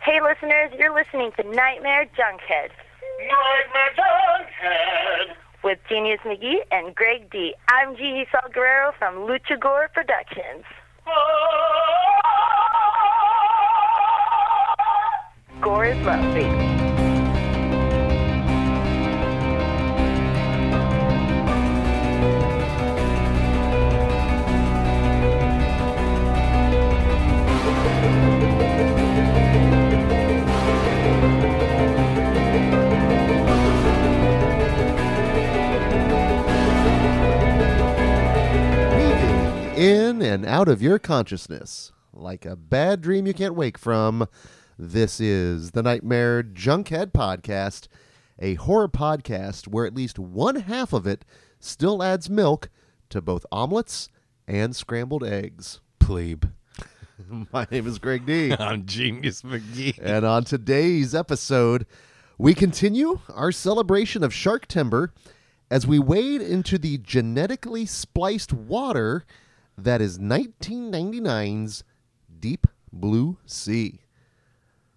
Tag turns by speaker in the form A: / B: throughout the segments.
A: Hey, listeners, you're listening to Nightmare Junkhead
B: Nightmare Junkhead.
A: with Genius McGee and Greg D. I'm Gigi Sal Guerrero from Lucha Gore Productions. Gore is love, baby.
C: Weaving in and out of your consciousness like a bad dream you can't wake from. This is the Nightmare Junkhead Podcast, a horror podcast where at least one half of it still adds milk to both omelets and scrambled eggs.
D: plebe.
C: My name is Greg D.
D: I'm Genius McGee.
C: And on today's episode, we continue our celebration of shark timber as we wade into the genetically spliced water that is 1999's Deep Blue Sea.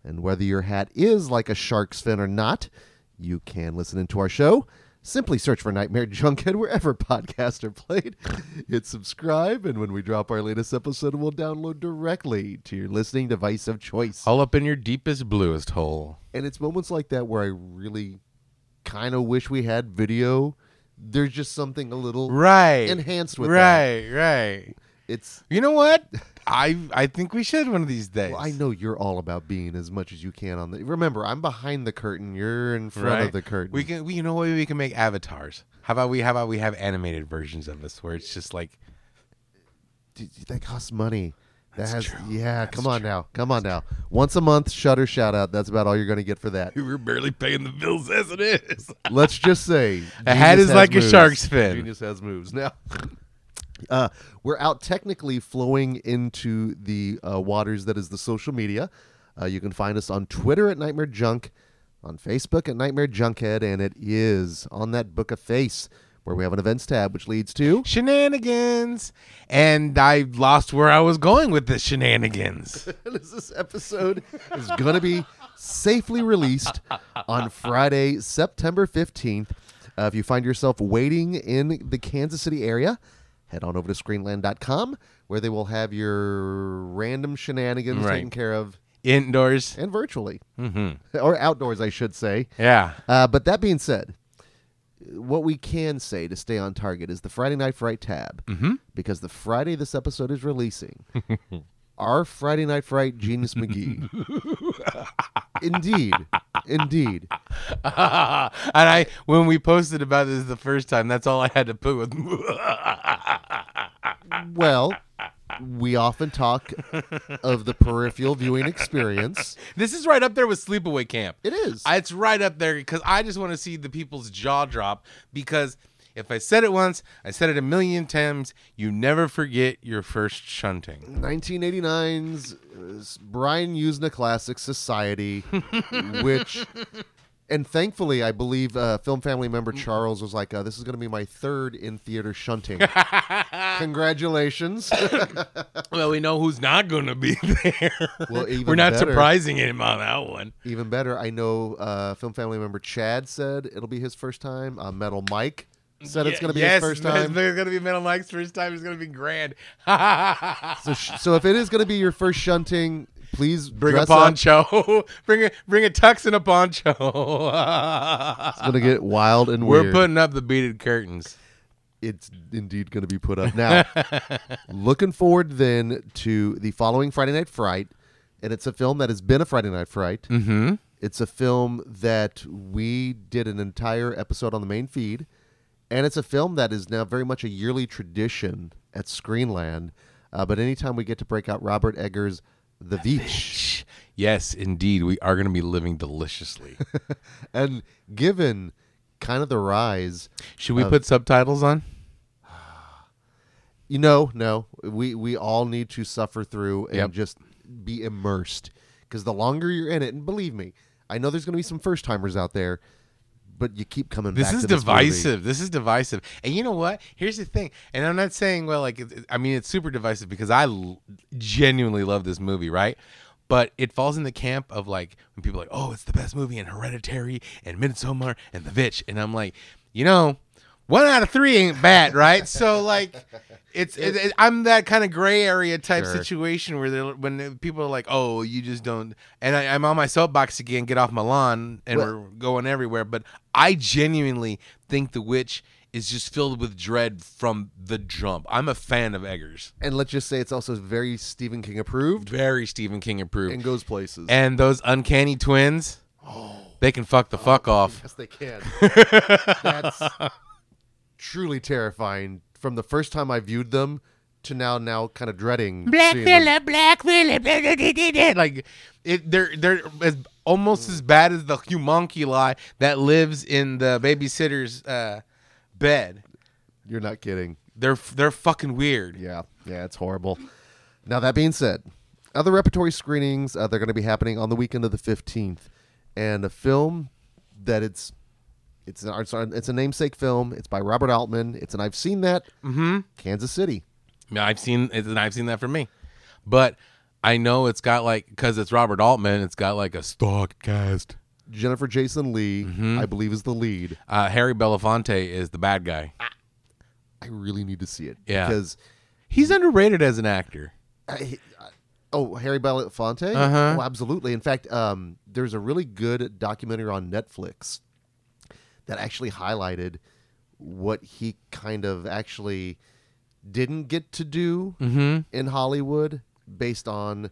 C: And whether your hat is like a shark's fin or not, you can listen into our show. Simply search for Nightmare Junkhead wherever podcasts are played. Hit subscribe, and when we drop our latest episode, we'll download directly to your listening device of choice.
D: All up in your deepest, bluest hole.
C: And it's moments like that where I really kind of wish we had video. There's just something a little
D: Right.
C: enhanced with that.
D: right, right.
C: It's
D: You know what? I I think we should one of these days.
C: well, I know you're all about being as much as you can on the. Remember, I'm behind the curtain. You're in front
D: right?
C: of the curtain.
D: We can. We, you know what? We can make avatars. How about we? How about we have animated versions of us where it's just like
C: Dude, that costs money. That
D: That's
C: has
D: true.
C: yeah.
D: That's
C: come on
D: true.
C: now. Come on now. Once a month, Shutter shout out. That's about all you're going to get for that.
D: we're barely paying the bills as it is.
C: Let's just say
D: A hat
C: Genius
D: is
C: has
D: like a
C: moves.
D: shark's fin.
C: Genius has moves now. Uh, we're out technically flowing into the uh, waters that is the social media. Uh, you can find us on Twitter at Nightmare Junk, on Facebook at Nightmare Junkhead, and it is on that book of face where we have an events tab, which leads to
D: Shenanigans, and I lost where I was going with the shenanigans.
C: as this episode is going to be safely released on Friday, September 15th. Uh, if you find yourself waiting in the Kansas City area, head on over to screenland.com where they will have your random shenanigans
D: Right.
C: taken care of
D: Indoors.
C: and virtually, mm-hmm. or outdoors, I should say.
D: Yeah.
C: Uh, but that being said, what we can say to stay on target is the Friday Night Fright tab, mm-hmm. because the Friday this episode is releasing, our Friday Night Fright Genius McGee, indeed, indeed,
D: and I, when we posted about this the first time, that's all I had to put with.
C: well. We often talk of the peripheral viewing experience.
D: this is right up there with Sleepaway Camp.
C: It is.
D: I- It's right up there because I just want to see the people's jaw drop because if I said it once, I said it a million times. You never forget your first shunting.
C: 1989's uh, Brian Usna classic Society, which, and thankfully, I believe uh, film family member
D: Mm.
C: Charles was like, uh, "This is going to be my third in theater shunting." Congratulations!
D: Well, we know who's not going to be there.
C: Well, even
D: We're not
C: better-
D: surprising him on that one.
C: Even better, I know uh, film family member Chad said it'll be his first time. Uh, Metal Mike said it's going to be
D: yes,
C: his first
D: it's-
C: time.
D: It's going to be Metal Mike's first time. It's going to be grand.
C: So, sh- so if it is going to be your first shunting, please
D: Bring a
C: dress up.
D: poncho. bring a bring a tux and a poncho.
C: It's going to get wild and
D: We're
C: weird.
D: putting up the beaded curtains.
C: it's indeed going to be put up now. looking forward then to the following Friday Night Fright, and it's a film that has been a Friday Night Fright. Mm-hmm. It's a film that we did an entire episode on the main feed, and it's a film that is now very much a yearly tradition at Screenland. Uh, but anytime we get to break out Robert Eggers' The Beach,
D: Yes, indeed, we are going to be living deliciously.
C: and given kind of the rise
D: Should we put subtitles on?
C: you know no we we all need to suffer through and
D: Yep.
C: just be immersed because the longer you're in it and believe me i know there's going to be some first timers out there but you keep coming
D: This
C: back
D: is
C: to this movie.
D: divisive. This is divisive. And you know what? Here's the thing. And I'm not saying well like it- I mean it's super divisive because I l- genuinely love this movie, right? But it falls in the camp of like when people are like, oh, it's the best movie and Hereditary and Midsommar and The Witch, and I'm like, you know, one out of three ain't bad, right? so like, it's it, it- I'm that kind of gray area type
C: Sure.
D: situation where they when people are like, oh, you just don't, and I, I'm on my soapbox again, get off my lawn, and
C: Well-
D: we're going everywhere. But I genuinely think The Witch is just filled with dread from the jump. I'm a fan of Eggers,
C: And let's just say it's also very Stephen King approved
D: very Stephen King approved.
C: and Oh. goes places.
D: And those uncanny twins, they can fuck the fuck
C: Oh,
D: off.
C: yes, they can. That's truly terrifying. From the first time I viewed them to now, now kind of dreading. seeing them.
D: black fella, blah, blah, blah, blah, blah. like it, they're they're as, almost as bad as the homunculi that lives in the babysitter's uh, bed.
C: You're not kidding.
D: They're they're fucking weird.
C: Yeah, yeah, it's horrible. Now that being said, other repertory screenings uh, they're going to be happening on the weekend of the fifteenth, and a film that it's it's an, it's a- it's a namesake film. It's by Robert Altman. It's an I've seen that mm-hmm. Kansas City.
D: I mean, I've seen it, and I've seen that for me, but I know it's got like because it's Robert Altman, it's got like a stalk cast.
C: Jennifer Jason Lee, I believe, is the lead.
D: Uh, Harry Belafonte is the bad guy.
C: I really need to see it
D: Yeah.
C: because
D: He's underrated as an actor.
C: I, I- oh, Harry Belafonte.
D: Uh-huh.
C: Oh, absolutely. In fact, um, there's a really good documentary on Netflix that actually highlighted what he kind of actually didn't get to do
D: Mm-hmm.
C: in Hollywood based on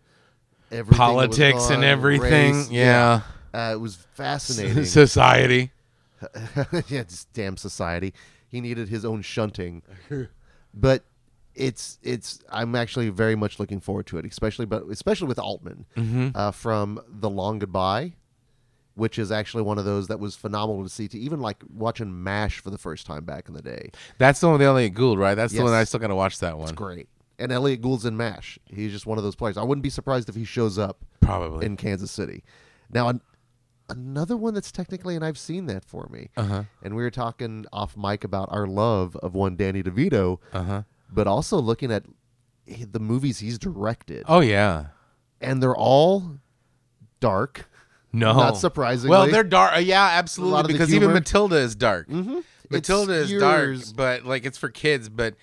C: everything that was
D: Politics and
C: on,
D: everything,
C: race.
D: yeah.
C: Uh, it was fascinating.
D: Society.
C: yeah, it's damn society. He needed his own shunting. but it's it's I'm actually very much looking forward to it, especially but especially with Altman uh, from The Long Goodbye, which is actually one of those that was phenomenal to see. To even like watching Mash for the first time back in the day,
D: That's the one with Elliot Gould, right? That's the one
C: Yes.
D: I still gotta watch that one.
C: great. And Elliot Gould's in Mash. He's just one of those players. I wouldn't be surprised if he shows up
D: Probably.
C: in Kansas City. Now, an- another one that's technically, and I've seen that for me. Uh-huh. And we were talking off mic about our love of one Danny DeVito, uh-huh. but also looking at h- the movies he's directed,
D: oh yeah.
C: and they're all dark.
D: No.
C: Not surprisingly.
D: Well, they're dark. uh, Yeah,
C: lot of
D: absolutely.
C: the
D: Because even
C: humor.
D: Matilda is dark. Mm-hmm. Matilda is dark,
C: skews-
D: but like it's for kids. But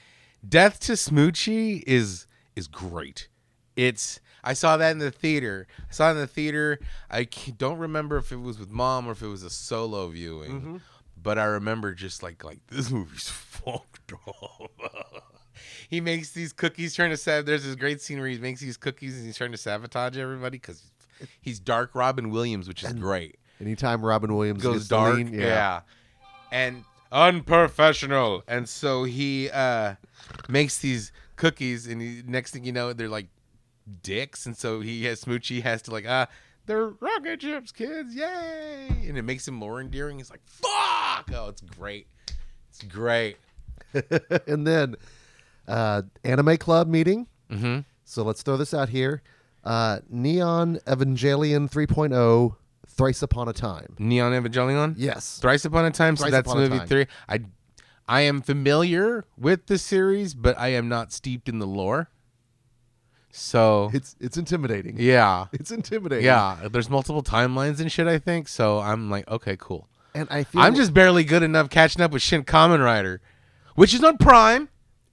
D: Death to Smoochie is is great. It's I saw that in the theater. I saw it in the theater. I c- don't remember if it was with mom or if it was a solo viewing, but I remember just like like this movie's fucked up. he makes these cookies trying to sab. There's this great scene where he makes these cookies and he's trying to sabotage everybody because he's dark Robin Williams, which is great.
C: Anytime Robin Williams
D: Goes
C: gets
D: dark,
C: lean-
D: yeah. and unprofessional. And so he uh makes these cookies, and he, next thing you know, they're like dicks. And so he has Smoochie has to like ah. They're rocket ships, kids! Yay! And it makes him more endearing. He's like, "Fuck! Oh, it's great! It's great!"
C: and then uh, anime club meeting. Mm-hmm. So let's throw this out here. Uh, Neon Evangelion 3.0, Thrice Upon a Time.
D: Neon Evangelion.
C: Yes.
D: Thrice Upon a Time. So
C: Thrice
D: that's
C: Upon a
D: movie
C: Time.
D: three. I, I am familiar with the series, but I am not steeped in the lore. So
C: It's it's intimidating.
D: yeah,
C: It's intimidating.
D: yeah. There's multiple timelines and shit. I think so. I'm like, okay, cool.
C: And I feel
D: I'm just barely good enough catching up with Shin Kamen Rider, which is on Prime.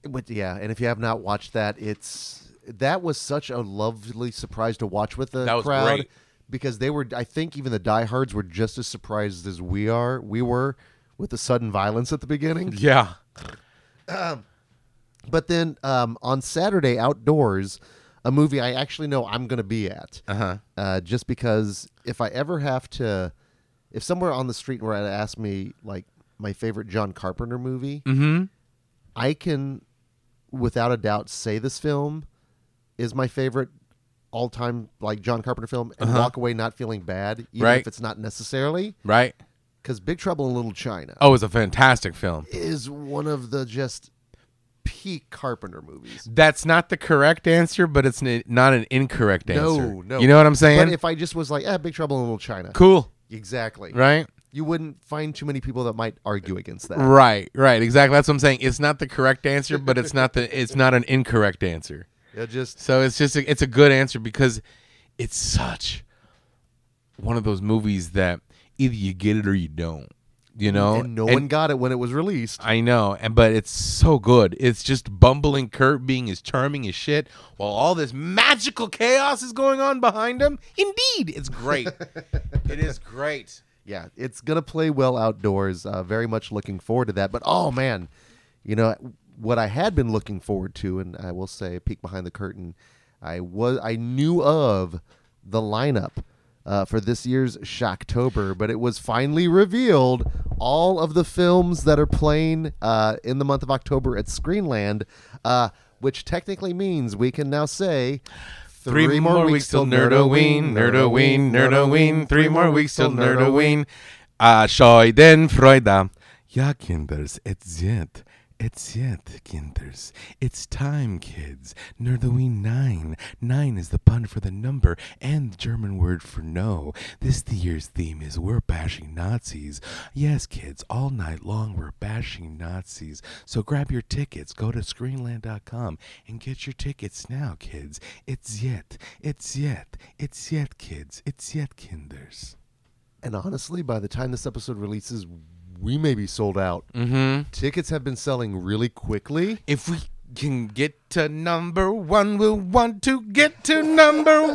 C: but yeah, and if you have not watched that, it's that was such a lovely surprise to watch with the
D: That was
C: crowd
D: great.
C: because they were I think even the diehards were just as surprised as we are we were with the sudden violence at the beginning.
D: Yeah.
C: But then um, on Saturday outdoors, a movie I actually know I'm going to be at.
D: Uh-huh.
C: Uh, just because if I ever have to, if somewhere on the street were to ask me like my favorite John Carpenter movie,
D: Mm-hmm.
C: I can, without a doubt, say this film is my favorite all time like John Carpenter film and walk away not feeling bad, even
D: Uh-huh. Right.
C: if it's not necessarily.
D: Right.
C: Because Big Trouble in Little China
D: Oh, it's a fantastic film.
C: is one of the just peak Carpenter movies.
D: That's not the correct answer, but it's n- not an incorrect answer.
C: No, no.
D: You know what I'm saying?
C: But if I just was like, ah, Big Trouble in Little China.
D: cool.
C: Exactly.
D: Right.
C: You wouldn't find too many people that might argue against that.
D: Right, right, exactly. That's what I'm saying. It's not the correct answer, but it's not the it's not an incorrect answer.
C: It just
D: So it's just a, it's a good answer because it's such one of those movies that either you get it or you don't. You know,
C: and no
D: Oh, And-
C: one got it when it was released.
D: I know, and but it's so good. It's just bumbling Kurt being as charming as shit while all this magical chaos is going on behind him. Indeed, it's great. it is great.
C: yeah, it's gonna play well outdoors. Uh, very much looking forward to that. But oh man, you know what I had been looking forward to, and I will say, peek behind the curtain, I was I knew of the lineup uh, for this year's Shocktober, but it was finally revealed. All of the films that are playing uh, in the month of October at Screenland, uh, which technically means we can now say.
D: Three, more, weeks till Nerdoween, Nerdoween, Nerdoween. Three more weeks till Nerdoween. Ah, Schadenfreude. Ja, Kinders, it's yet. It's yet, Kinders. It's time, kids. Nerdoween 9. 9 is the pun for the number and the German word for no. This year's theme is We're Bashing Nazis. Yes, kids, all night long we're bashing Nazis. So grab your tickets. Go to screenland.com and get your tickets now, kids. It's yet. It's yet. It's yet, kids. It's yet, Kinders.
C: And honestly, by the time this episode releases, we may be sold out.
D: Mm hmm.
C: Tickets have been selling really quickly.
D: If we can get to number one, we'll want to get to number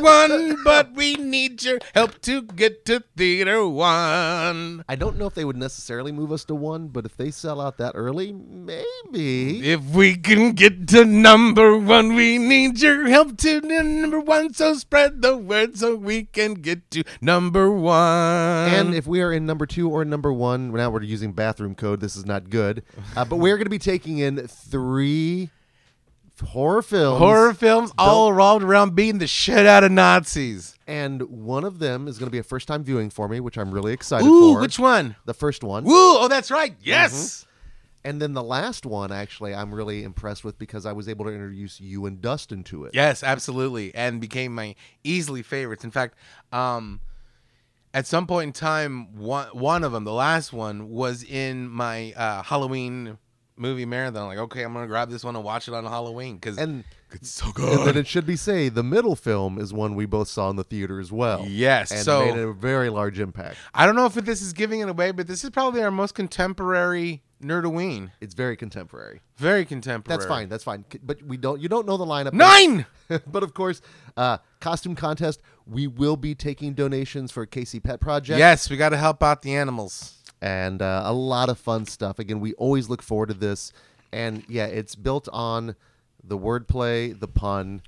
D: one, but we need your help to get to theater one.
C: I don't know if they would necessarily move us to one, but if they sell out that early, maybe.
D: If we can get to number one, we need your help to the number one. So spread the word so we can get to number one.
C: And if we are in number two or number one, now we're using bathroom code. This is not good. Uh, but we're going to be taking in three horror films.
D: horror films all revolved around beating the shit out of Nazis.
C: And one of them is going to be a first time viewing for me, which I'm really excited
D: Ooh,
C: for.
D: which one?
C: The first one.
D: Ooh, oh, that's right.
C: Mm-hmm.
D: Yes.
C: And then the last one, actually, I'm really impressed with because I was able to introduce you and Dustin to it.
D: Yes, absolutely, and became my easily favorites. In fact, um, at some point in time, one one of them, the last one, was in my uh, Halloween movie marathon. Like, okay, I'm gonna grab this one and watch it on Halloween because
C: And,
D: it's so
C: and then
D: good.
C: it should be say the middle film is one we both saw in the theater as well.
D: Yes,
C: and
D: so-
C: made a very large impact.
D: I don't know if this is giving it away, but this is probably our most contemporary Nerdoween.
C: It's very contemporary.
D: Very contemporary.
C: That's fine. That's fine. C- But we don't. You don't know the lineup.
D: Nine.
C: but of course, uh, costume contest. We will be taking donations for Casey Pet Project.
D: Yes, we got to help out the animals.
C: and uh, a lot of fun stuff. Again, we always look forward to this, and yeah, it's built on the wordplay, the pun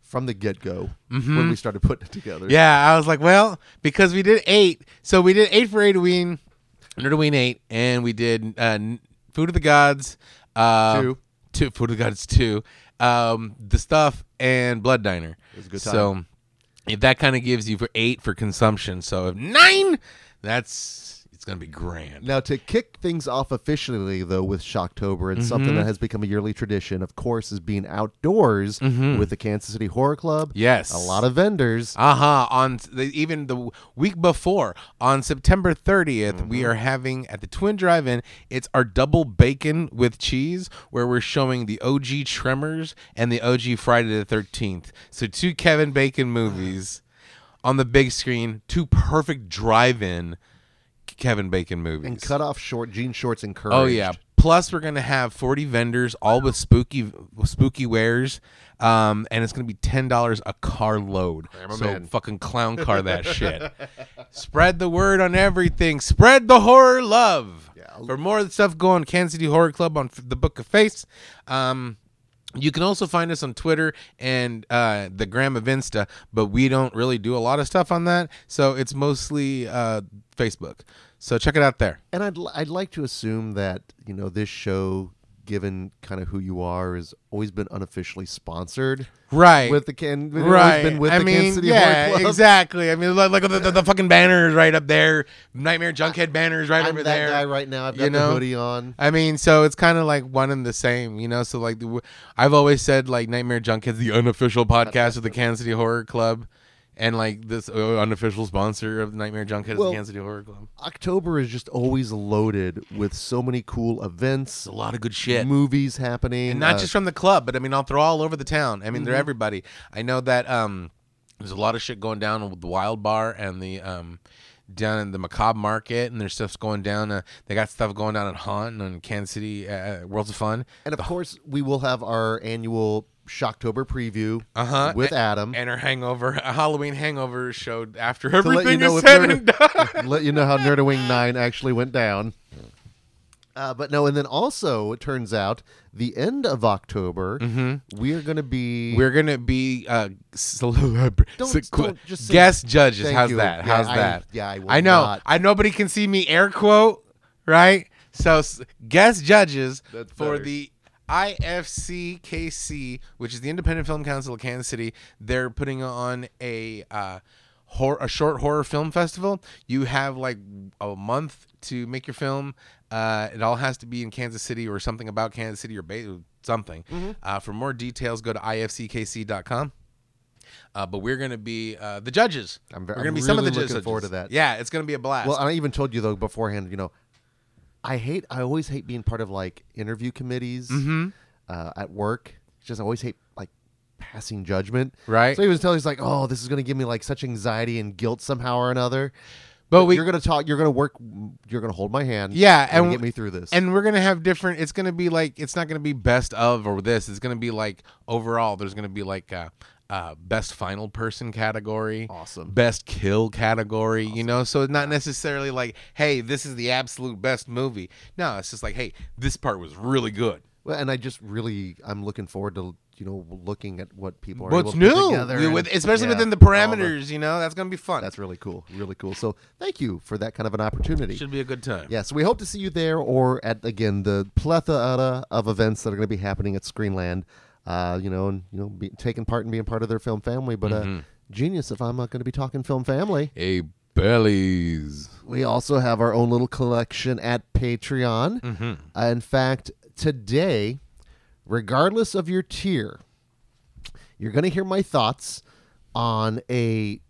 C: from the get go when we started putting it together.
D: Mm-hmm. Yeah, I was like, well, because we did eight, so we did eight for Adoween, Nerdoween eight, and we did uh, N- Food of the Gods, uh,
C: Two.
D: two, Food of the Gods two, um, the stuff, and Blood Diner. It
C: was a good
D: So if that kind of gives you for eight for consumption, so if nine, that's it's gonna be grand.
C: Now, to kick things off officially, though, with Shocktober, it's something
D: Mm-hmm.
C: that has become a yearly tradition, of course, is being outdoors with the Kansas City Horror Club.
D: Mm-hmm. Yes,
C: A lot of vendors.
D: Uh huh. On the, even the week before, on September 30th, we
C: Mm-hmm.
D: are having at the Twin Drive In, it's our double bacon with cheese, where we're showing the OG Tremors and the OG Friday the 13th. So, two Kevin Bacon movies on the big screen, two perfect drive in Kevin Bacon movies.
C: And cut off short, jean shorts encouraged.
D: Oh yeah. Plus, we're gonna have forty vendors, all with spooky, spooky wares, um, and it's gonna be ten dollars a car load. So
C: man.
D: fucking clown car that shit. Spread the word on everything. Spread the horror love. For more of the stuff, go on Kansas City Horror Club on f- the Book of Face. Um, you can also find us on Twitter and uh, the gram of Insta, but we don't really do a lot of stuff on that, so it's mostly uh, Facebook. So check it out there.
C: And I'd, li- I'd like to assume that, you know, this show, given kind of who you are, has always been unofficially sponsored.
D: Right.
C: With the can, with- always
D: right.
C: been with
D: I
C: the
D: mean,
C: Kansas City
D: yeah,
C: Horror Club.
D: exactly. I mean, look, look at the, the, the fucking banners right up there. Nightmare Junkhead banners right
C: I'm
D: over
C: that
D: there.
C: guy right now. I've got
D: you know?
C: the hoodie on.
D: I mean, so it's kind of like one and the same, you know. So like, the, I've always said like Nightmare Junkhead's the unofficial podcast of the Kansas City Horror Club, and like this uh, unofficial sponsor of Nightmare Junkhead is
C: Well-
D: the Kansas City Horror Club.
C: October is just always loaded with so many cool events,
D: It's a lot of good shit.
C: movies happening.
D: And Mm-hmm. not
C: uh,
D: just from the club, but I mean, I'll throw all over the town. I mean, they're everybody. I know that um, There's a lot of shit going down with the Wild Bar and the um, down in the Macabre Market, and there's stuff's going down. Uh, they got stuff going down at Haunt and in Kansas City uh, uh, Worlds of Fun.
C: And of course, we will have our annual Shocktober preview
D: Uh-huh.
C: with Adam
D: And her hangover, a Halloween hangover showed after
C: to let
D: everything
C: you know
D: is
C: if
D: said and done.
C: Nerd, let you know how Nerdwing Nine actually went down. Uh, but no, and then also it turns out the end of October we are going to be
D: We're gonna be uh, celeb-
C: Don't-
D: sequ-
C: don't just say-
D: guest judges.
C: Thank
D: How's
C: you.
D: that?
C: Yeah,
D: How's
C: I-
D: that?
C: yeah, I will
D: I know.
C: not.
D: I nobody can see me air quote right. So s- guest judges
C: That's
D: for
C: better.
D: the IFCKC, which is the Independent Film Council of Kansas City. They're putting on a uh, hor- a short horror film festival. You have like a month to make your film. Uh, it all has to be in Kansas City or something about Kansas City or ba- something.
C: Mm-hmm.
D: Uh, for more details, go to ifckc.com. Uh, but we're going to be uh, the judges.
C: I'm ve-
D: we're
C: I'm
D: going to be some of the
C: really
D: judges.
C: looking forward to that.
D: Yeah, it's going to be a blast.
C: Well, I even told you though beforehand, you know, I hate. I always hate being part of like interview committees uh, at work. Just I always hate like passing judgment.
D: Right.
C: So he was telling, he's like, "Oh, this is going to give me like such anxiety and guilt somehow or another."
D: But we-
C: you're going to talk. You're going to work. You're going to hold my hand.
D: Yeah,
C: and
D: and
C: get me through this.
D: And we're gonna have different. It's gonna be like it's not gonna be best of or this. It's gonna be like overall. There's gonna be like a, uh best final person category.
C: Awesome.
D: Best kill category. You know, so it's not necessarily like hey, this is the absolute best movie. No, it's just like hey, this part was really good.
C: well, and I just really, I'm looking forward to you know looking at what people are.
D: What's
C: able to put
D: new?
C: together
D: We-
C: and-
D: with- especially
C: yeah,
D: within the
C: all the-
D: parameters. you know, that's gonna be fun.
C: That's really cool. Really cool. So thank you for that kind of an opportunity.
D: should be a good time.
C: Yeah, so we hope to see you there or at again the plethora of events that are going to be happening at Screenland. Uh, you know, and you know, be, taking part and being part of their film family. But
D: Mm-hmm.
C: uh, genius, if I'm not going to be talking film family,
D: Hey bellies.
C: we also have our own little collection at Patreon. Uh, in fact, today, regardless of your tier, you're going to hear my thoughts on a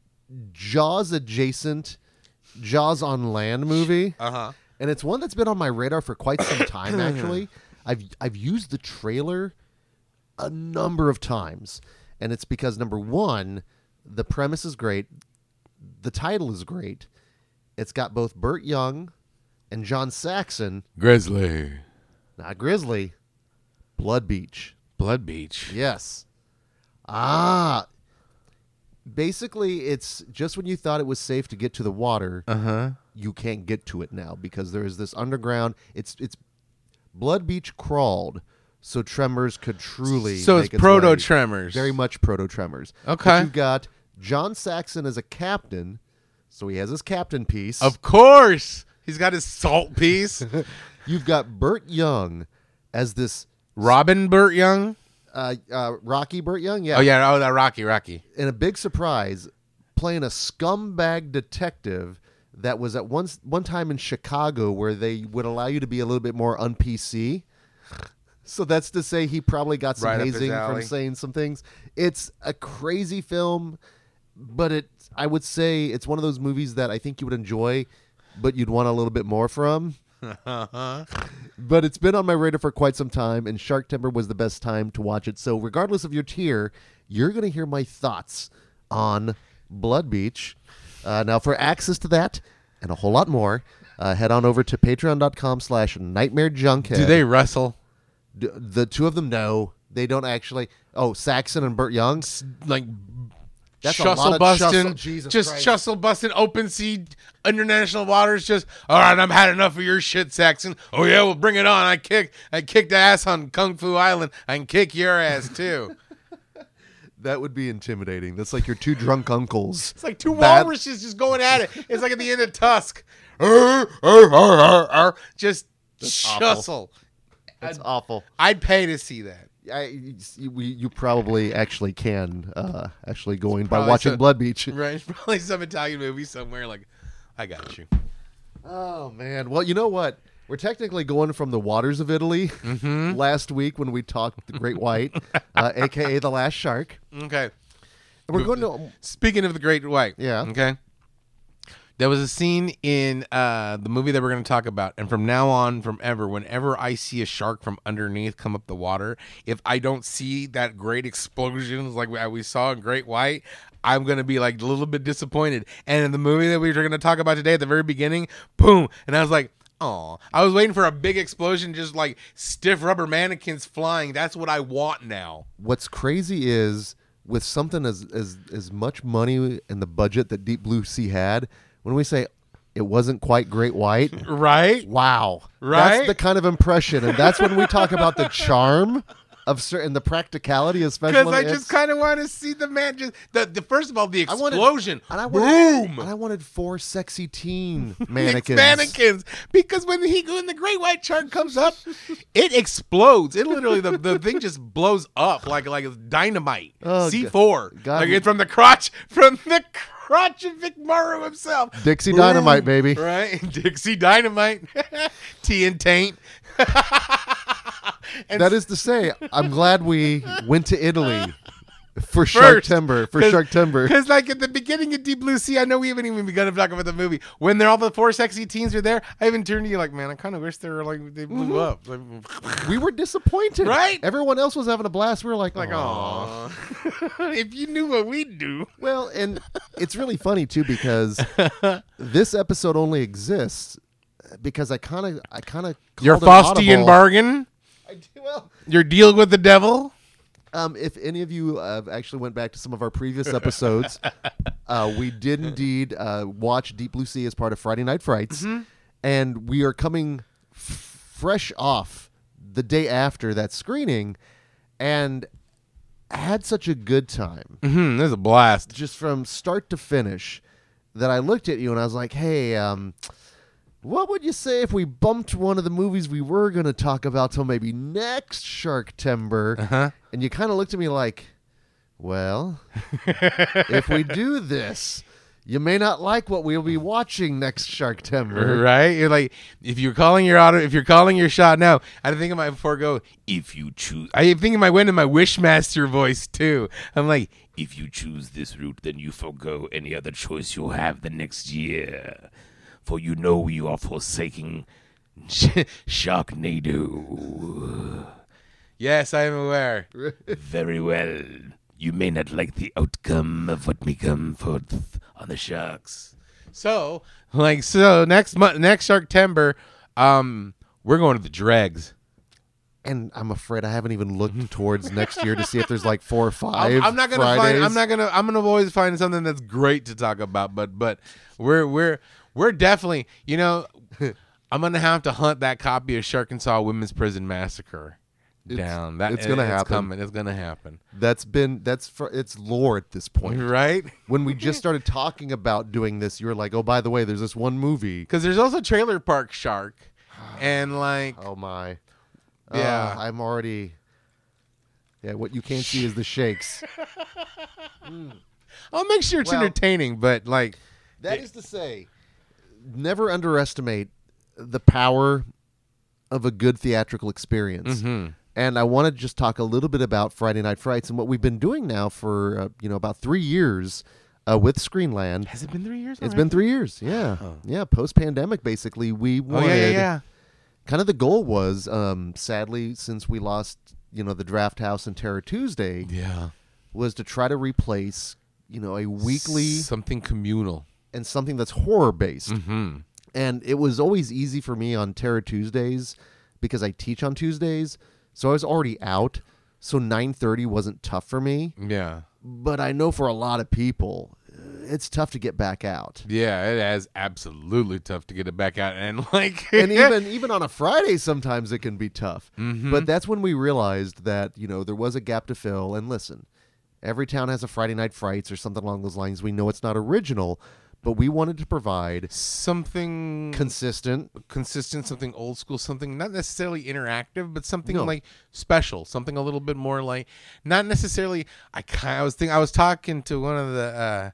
C: Jaws adjacent Jaws on land movie.
D: Uh huh.
C: and it's one that's been on my radar for quite some time actually i've i've used the trailer a number of times and it's because number one the premise is great the title is great it's got both burt young and john saxon
D: Grizzly.
C: not grizzly blood beach
D: Blood Beach.
C: Yes. Ah. Basically, it's just when you thought it was safe to get to the water, uh-huh. you can't get to it now because there is this underground. It's it's Blood Beach crawled, so Tremors could truly.
D: So it's
C: make its
D: proto
C: way-
D: Tremors.
C: Very much proto Tremors. But
D: Okay.
C: you've got John Saxon as a captain, so he has his captain piece.
D: Of course. He's got his salt piece.
C: You've got Burt Young as this
D: Robin Burt Young.
C: uh, uh, Rocky Burt Young. Yeah.
D: Oh yeah, oh that Rocky, Rocky.
C: in a big surprise, playing a scumbag detective that was at once one time in Chicago where they would allow you to be a little bit more un PC. So that's to say he probably got some
D: Right up his
C: hazing from
D: alley.
C: saying some things. It's a crazy film, but it I would say it's one of those movies that I think you would enjoy, but you'd want a little bit more from. But it's been on my radar for quite some time, and Shark Temper was the best time to watch it. So, regardless of your tier, you're going to hear my thoughts on Blood Beach. Uh, now, for access to that and a whole lot more, uh, head on over to patreon.com slash nightmare junkhead.
D: Do they wrestle?
C: D- the two of them, no. They don't actually. Oh, Saxon and Burt Young.
D: Like
C: That's a lot
D: Shussle
C: of
D: busting,
C: shussle. Jesus
D: just
C: Christ.
D: shussle busting, open sea, international waters. Just all right, I'm had enough of your shit, Saxon. Oh yeah, well bring it on. I kick, I kicked ass on Kung Fu Island. I can kick your ass too.
C: That would be intimidating. That's like your two drunk uncles.
D: It's like two
C: That-
D: walruses just going at it. It's like at the end of Tusk. Arr, arr, arr, arr, arr. Just shussle.
C: awful. That's awful.
D: I'd pay to see that.
C: I, you, we- you probably actually can uh, actually going by
D: probably
C: watching
D: so-
C: Blood Beach.
D: Right? It's Probably some Italian movie somewhere. Like, I got you.
C: Oh man. Well, you know what? We're technically going from the waters of Italy
D: Mm-hmm.
C: last week when we talked the Great White, uh, aka the last shark.
D: Okay.
C: And we're going to
D: Speaking of the Great White.
C: Yeah.
D: Okay. There was a scene in uh, the movie that we're going to talk about, and from now on, from ever, whenever I see a shark from underneath come up the water, if I don't see that great explosions like we we saw in Great White, I'm going to be like a little bit disappointed. And in the movie that we were going to talk about today, at the very beginning, boom, and I was like. Oh, I was waiting for a big explosion, just like stiff rubber mannequins flying. That's what I want now.
C: What's crazy is with something as as as much money and the budget that Deep Blue Sea had, when we say it wasn't quite Great White,
D: Right?
C: wow,
D: Right?
C: That's the kind of impression, and that's when we talk about the charm of certain the practicality of special.
D: Because I just
C: effects.
D: kind of want to see the man just the, the first of all the
C: I wanted-
D: explosion,
C: and I wanted,
D: boom,
C: and I wanted four sexy teen
D: It's
C: mannequins.
D: mannequins. Because when he when the great white shark comes up, it explodes. It literally the, the thing just blows up like like dynamite.
C: Oh,
D: C four,
C: God.
D: like it's from the crotch from the crotch of Vic Morrow himself.
C: Dixie Dynamite, baby.
D: Right, Dixie Dynamite, T and Taint. and
C: That is to say, I'm glad we went to Italy for Shark
D: first.
C: Timber. For Shark Timber.
D: Because, like, at the beginning of Deep Blue Sea, I know we haven't even begun to talk about the movie. When they're all the four sexy teens are there, I even turned to you like, man, I kind of wish they were like, they blew up. Like,
C: We were disappointed.
D: Right?
C: Everyone else was having a blast. We were like,
D: like
C: "Aw."
D: oh. if you knew what we do.
C: Well, and it's really funny too because this episode only exists because I kind of, I kind of,
D: Your Faustian bargain,
C: Well,
D: your deal with the devil.
C: um, if any of you uh, actually went back to some of our previous episodes, uh, we did indeed uh, watch Deep Blue Sea as part of Friday Night Frights, and we are coming f- fresh off the day after that screening, and had such a good time
D: Mm-hmm, there's a blast.
C: just from start to finish that I looked at you and I was like, hey, um, what would you say if we bumped one of the movies we were going to talk about till maybe next Shark Timber?
D: Uh-huh.
C: And you kind of looked at me like, well, if we do this, you may not like what we'll be watching next Shark Timber.
D: Right? You're like, if you're calling your auto, if you're calling your shot now, I think of my before go, if you choose, I think of my win in my Wishmaster voice too. I'm like,
E: If you choose this route, then you forego any other choice you'll have the next year. For you know you are forsaking Sharknado.
D: yes, I am aware.
E: Very well. You may not like the outcome of what may come forth on the sharks.
D: So, like, so next month, next Shark Timber, um, we're going to the dregs.
C: And I'm afraid I haven't even looked towards next year to see if there's like four or
D: I'm,
C: five.
D: I'm not gonna
C: Fridays.
D: find. I'm not gonna. I'm gonna always find something that's great to talk about. But but we're we're we're definitely. You know, I'm gonna have to hunt that copy of Sharkensaw Women's Prison Massacre down. That
C: it's gonna happen.
D: coming. It's gonna happen.
C: That's been that's for it's lore at this point.
D: Right?
C: when we just started talking about doing this, you were like, "Oh, by the way, there's this one movie."
D: Because there's also Trailer Park Shark, and like
C: Oh my, Uh,
D: Yeah.
C: I'm already. Yeah, what you can't see is the shakes.
D: I'll oh, make sure it's
C: Well-
D: entertaining. But like,
C: That is to say, never underestimate the power of a good theatrical experience.
D: Mm-hmm.
C: And I want to just talk a little bit about Friday Night Frights and what we've been doing now for uh, you know about three years uh, with Screenland.
D: has it been three years?
C: It's
D: already?
C: been three years, yeah, yeah. Post pandemic, basically, we
D: Oh
C: wanted
D: yeah, yeah, yeah.
C: kind of the goal was um sadly since we lost you know the draft house and terror tuesday
D: Yeah.
C: was to try to replace you know a weekly
D: something communal.
C: and something that's horror based and it was always easy for me on terror tuesdays because i teach on tuesdays so i was already out so 9.30 wasn't tough for me
D: Yeah.
C: but i know for a lot of people uh, it's tough to get back out
D: Yeah, it has absolutely tough to get it back out and like
C: and even even on a Friday, sometimes it can be tough. But that's when we realized that you know there was a gap to fill. And listen, every town has a Friday night frights or something along those lines. We know it's not original, but we wanted to provide
D: something
C: consistent.
D: consistent, something old school, something not necessarily interactive, but something
C: No.
D: like special, something a little bit more like not necessarily. I ki- I was thinking I was talking to one of the uh,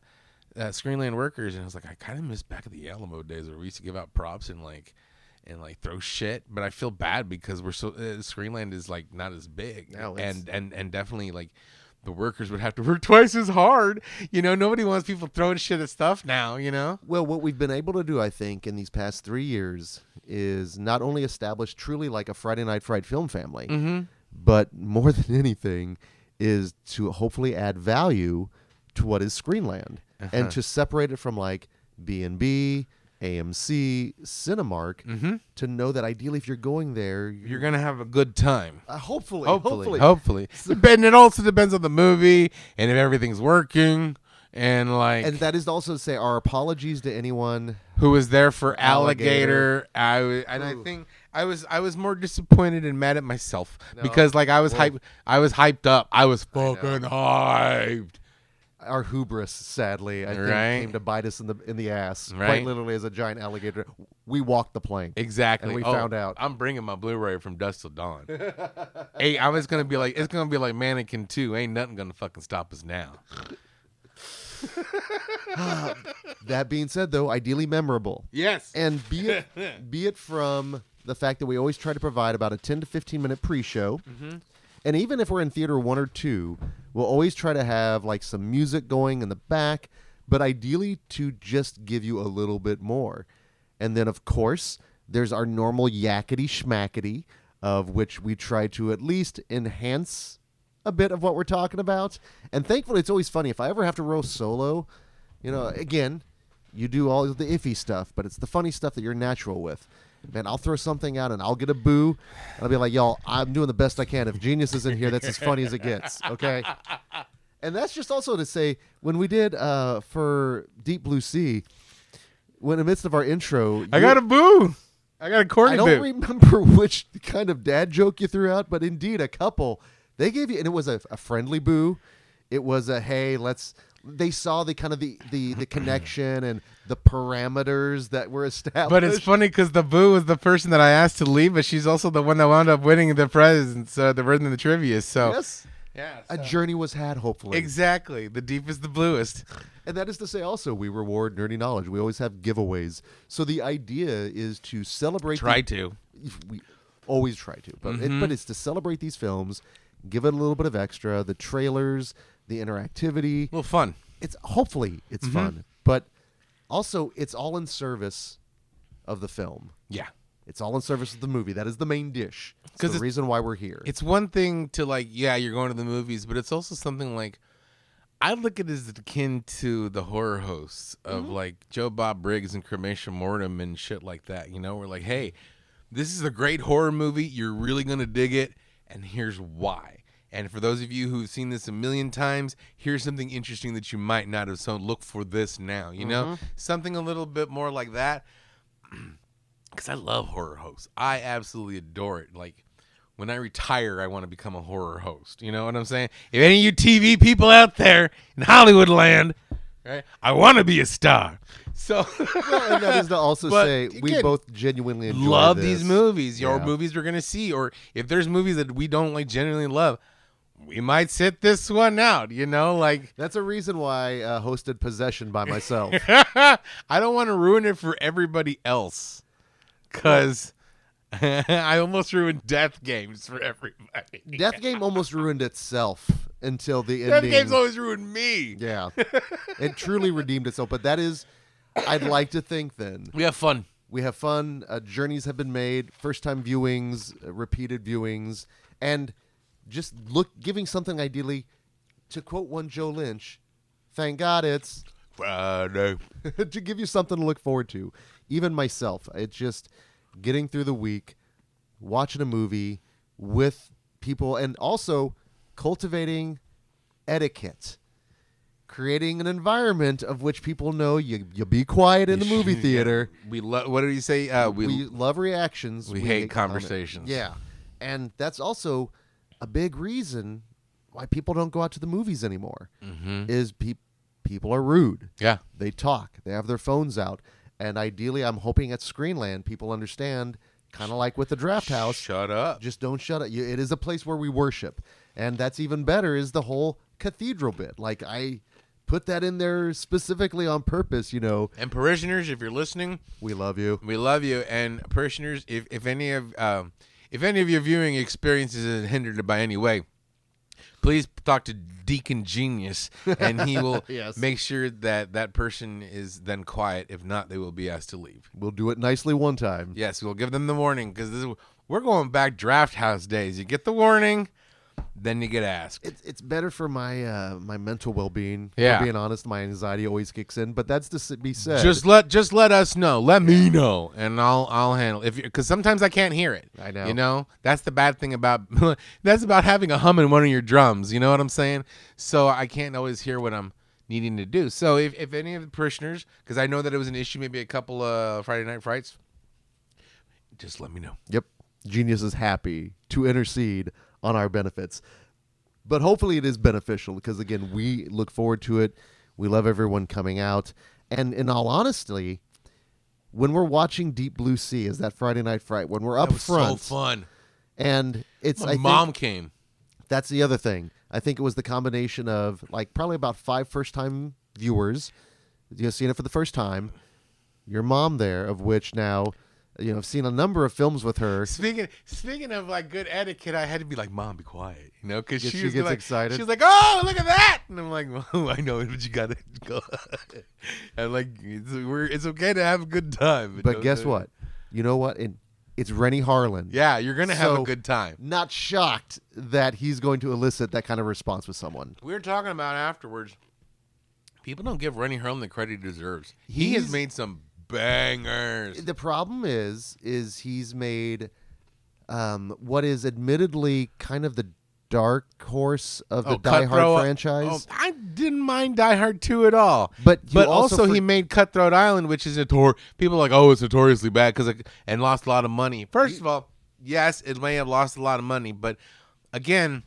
D: uh, Screenland workers, and I was like, I kind of miss back at the Alamo days where we used to give out props and like and like throw shit. But I feel bad because we're so uh, Screenland is like not as big,
C: No, it's-
D: and and and definitely like the workers would have to work twice as hard. You know, nobody wants people throwing shit at stuff now, you know?
C: Well, what we've been able to do, I think, in these past three years is not only establish truly like a Friday Night Fried Film family, but more than anything is to hopefully add value to what is Screenland and to separate it from like B and B, AMC, Cinemark, to know that ideally, if you're going there, you're
D: You're going to have a good time.
C: uh, hopefully,
D: Hopefully. Hopefully. Depend- it also depends on the movie and if everything's working and like
C: and that is also to say our apologies to anyone.
D: who was there for alligator.
C: Alligator.
D: I w- and I
C: Ooh.
D: think I was I was more disappointed and mad at myself because like I was hyped I was hyped up. I was fucking hyped.
C: Our hubris, sadly, I think,
D: Right.
C: came to bite us in the in the ass.
D: Right.
C: Quite literally, as a giant alligator, we walked the plane.
D: Exactly.
C: And we
D: Oh,
C: found out.
D: I'm bringing my Blu-ray from Dust Till Dawn. hey, I was gonna be like, it's gonna be like Mannequin Two. Ain't nothing gonna fucking stop us now.
C: That being said, though, ideally memorable.
D: Yes.
C: And be it, be it from the fact that we always try to provide about a 10 to 15 minute pre show. And even if we're in theater one or two, we'll always try to have like some music going in the back, but ideally to just give you a little bit more. And then, of course, there's our normal yakety schmackety, of which we try to at least enhance a bit of what we're talking about. And thankfully, it's always funny. If I ever have to row solo, you know, again, you do all the iffy stuff, but it's the funny stuff that you're natural with. Man, I'll throw something out and I'll get a boo, and I'll be like, "Y'all, I'm doing the best I can. If genius is in here, that's as funny as it gets." Okay. And that's just also to say when we did uh, for Deep Blue Sea, when in the midst of our intro,
D: I
C: you-
D: got a boo. I got a corny
C: I don't
D: boo.
C: remember which kind of dad joke you threw out, but indeed a couple. They gave you, and it was a, a friendly boo. It was a hey, let's. They saw the kind of the the, the connection and the parameters that were established.
D: but it's funny because the boo was the person that I asked to leave, but she's also the one that wound up winning the prize and so the word in the trivia. So
C: yes,
D: yeah,
C: a journey was had. Hopefully,
D: exactly. The deepest, the bluest.
C: And that is to say, also, we reward nerdy knowledge. We always have giveaways. So the idea is to celebrate.
D: Try
C: the-
D: to.
C: We always try to, but it,
D: Mm-hmm.
C: but it's to celebrate these films, give it a little bit of extra. The trailers, the interactivity.
D: Well, Mm-hmm. fun.
C: It's hopefully it's fun, but also it's all in service of the film.
D: Yeah.
C: It's all in service of the movie. That is the main dish. It's
D: 'Cause
C: the
D: it's-
C: reason why we're here.
D: It's one thing to like, yeah, you're going to the movies, but it's also something like I look at it as akin to the horror hosts of like Joe Bob Briggs and Cremation Mortem and shit like that. You know, we're like, hey, this is a great horror movie. You're really gonna dig it, and here's why. And for those of you who've seen this a million times, here's something interesting that you might not have. So look for this now. You know, something a little bit more like that because I love horror hosts. I absolutely adore it. Like when I retire, I want to become a horror host. You know what I'm saying? If any of you TV people out there in Hollywood land, right, I want to be a star. So
C: Well, and that is to also
D: But
C: say we
D: again,
C: both genuinely enjoy
D: love
C: this.
D: these movies your
C: Yeah.
D: movies we're gonna see or if there's movies that we don't like genuinely love we might sit this one out you know like
C: That's a reason why I uh, hosted Possession by myself.
D: i don't want to ruin it for everybody else because i almost ruined death games for everybody
C: Death Game almost ruined itself until the
D: death
C: ending.
D: games always ruined me
C: yeah, it truly redeemed itself. But that is, I'd like to think then
D: we have fun
C: we have fun. Uh, journeys have been made, first time viewings, uh, repeated viewings, and just look giving something ideally. To quote one Joe Lynch, "Thank God it's."
D: friday
C: to give you something to look forward to. Even myself, it's just getting through the week, watching a movie with people, and also cultivating etiquette, creating an environment of which people know you you be quiet in the movie theater.
D: we love what did you say uh we,
C: We love reactions.
D: we
C: comment.
D: hate conversations.
C: Yeah, and that's also a big reason why people don't go out to the movies anymore.
D: Mm-hmm.
C: Is pe- people are rude
D: yeah
C: they talk they have their phones out and ideally i'm hoping at screenland people understand kind of like with the draft house
D: shut up
C: just don't shut up You- it is a place where we worship and that's even better is the whole cathedral bit like i put that in there specifically on purpose you know
D: and parishioners if you're listening
C: we love you
D: We love you, and parishioners, if, if any of um, if any of your viewing experiences is hindered by any way, please talk to Deacon Genius, and he will
C: Yes.
D: make sure that that person is then quiet. If not, they will be asked to leave.
C: We'll do it nicely one time.
D: Yes, we'll give them the warning because this is, we're going back draft house days. You get the warning, then you get asked.
C: It's it's better for my uh, my mental well being.
D: Yeah.
C: being honest, my anxiety always kicks in, but that's to s- be said.
D: just let just let us know. Let me know, and I'll I'll handle if because sometimes I can't hear it.
C: I know.
D: You know that's the bad thing about that's about having a hum in one of your drums. You know what I'm saying? So I can't always hear what I'm needing to do. So if if any of the parishioners, because I know that it was an issue, maybe a couple uh, Friday night frights, just let me know.
C: Yep. Genius is happy to intercede on our benefits. But hopefully it is beneficial because again, we look forward to it. We love everyone coming out. And in all honesty, when we're watching Deep Blue Sea, is that Friday Night Fright? When we're up
D: That was
C: front,
D: so fun.
C: and it's
D: My
C: I think-
D: mom came.
C: that's the other thing. I think it was the combination of like probably about five first time viewers, you know, seeing it for the first time, your mom there, of which now, you know, I've seen a number of films with her.
D: Speaking speaking of like good etiquette, I had to be like, "Mom, be quiet," you know, because
C: Yeah,
D: she,
C: she
D: was
C: gets
D: like,
C: excited.
D: She was like, "Oh, look at that!" And I'm like, "Well, I know, but you gotta go." and like, it's, we're it's okay to have a good time.
C: But
D: don't-
C: guess what? You know what? It, it's Rennie Harlan.
D: Yeah, you're gonna have
C: So-
D: a good time.
C: Not shocked that he's going to elicit that kind of response with someone.
D: We were talking about afterwards. People don't give Rennie Harlan the credit he deserves. He has
C: He's-
D: made some bangers.
C: The problem is, is he's made um, what is admittedly kind of the dark horse of the
D: Oh,
C: Die Hard
D: Cutthroat-
C: franchise.
D: Oh, I didn't mind Die Hard 2 at all.
C: But you
D: but
C: also
D: also,
C: for-
D: he made Cutthroat Island, which is a tour. People are like, oh, it's notoriously bad because and lost a lot of money. First of all, yes, it may have lost a lot of money, but again,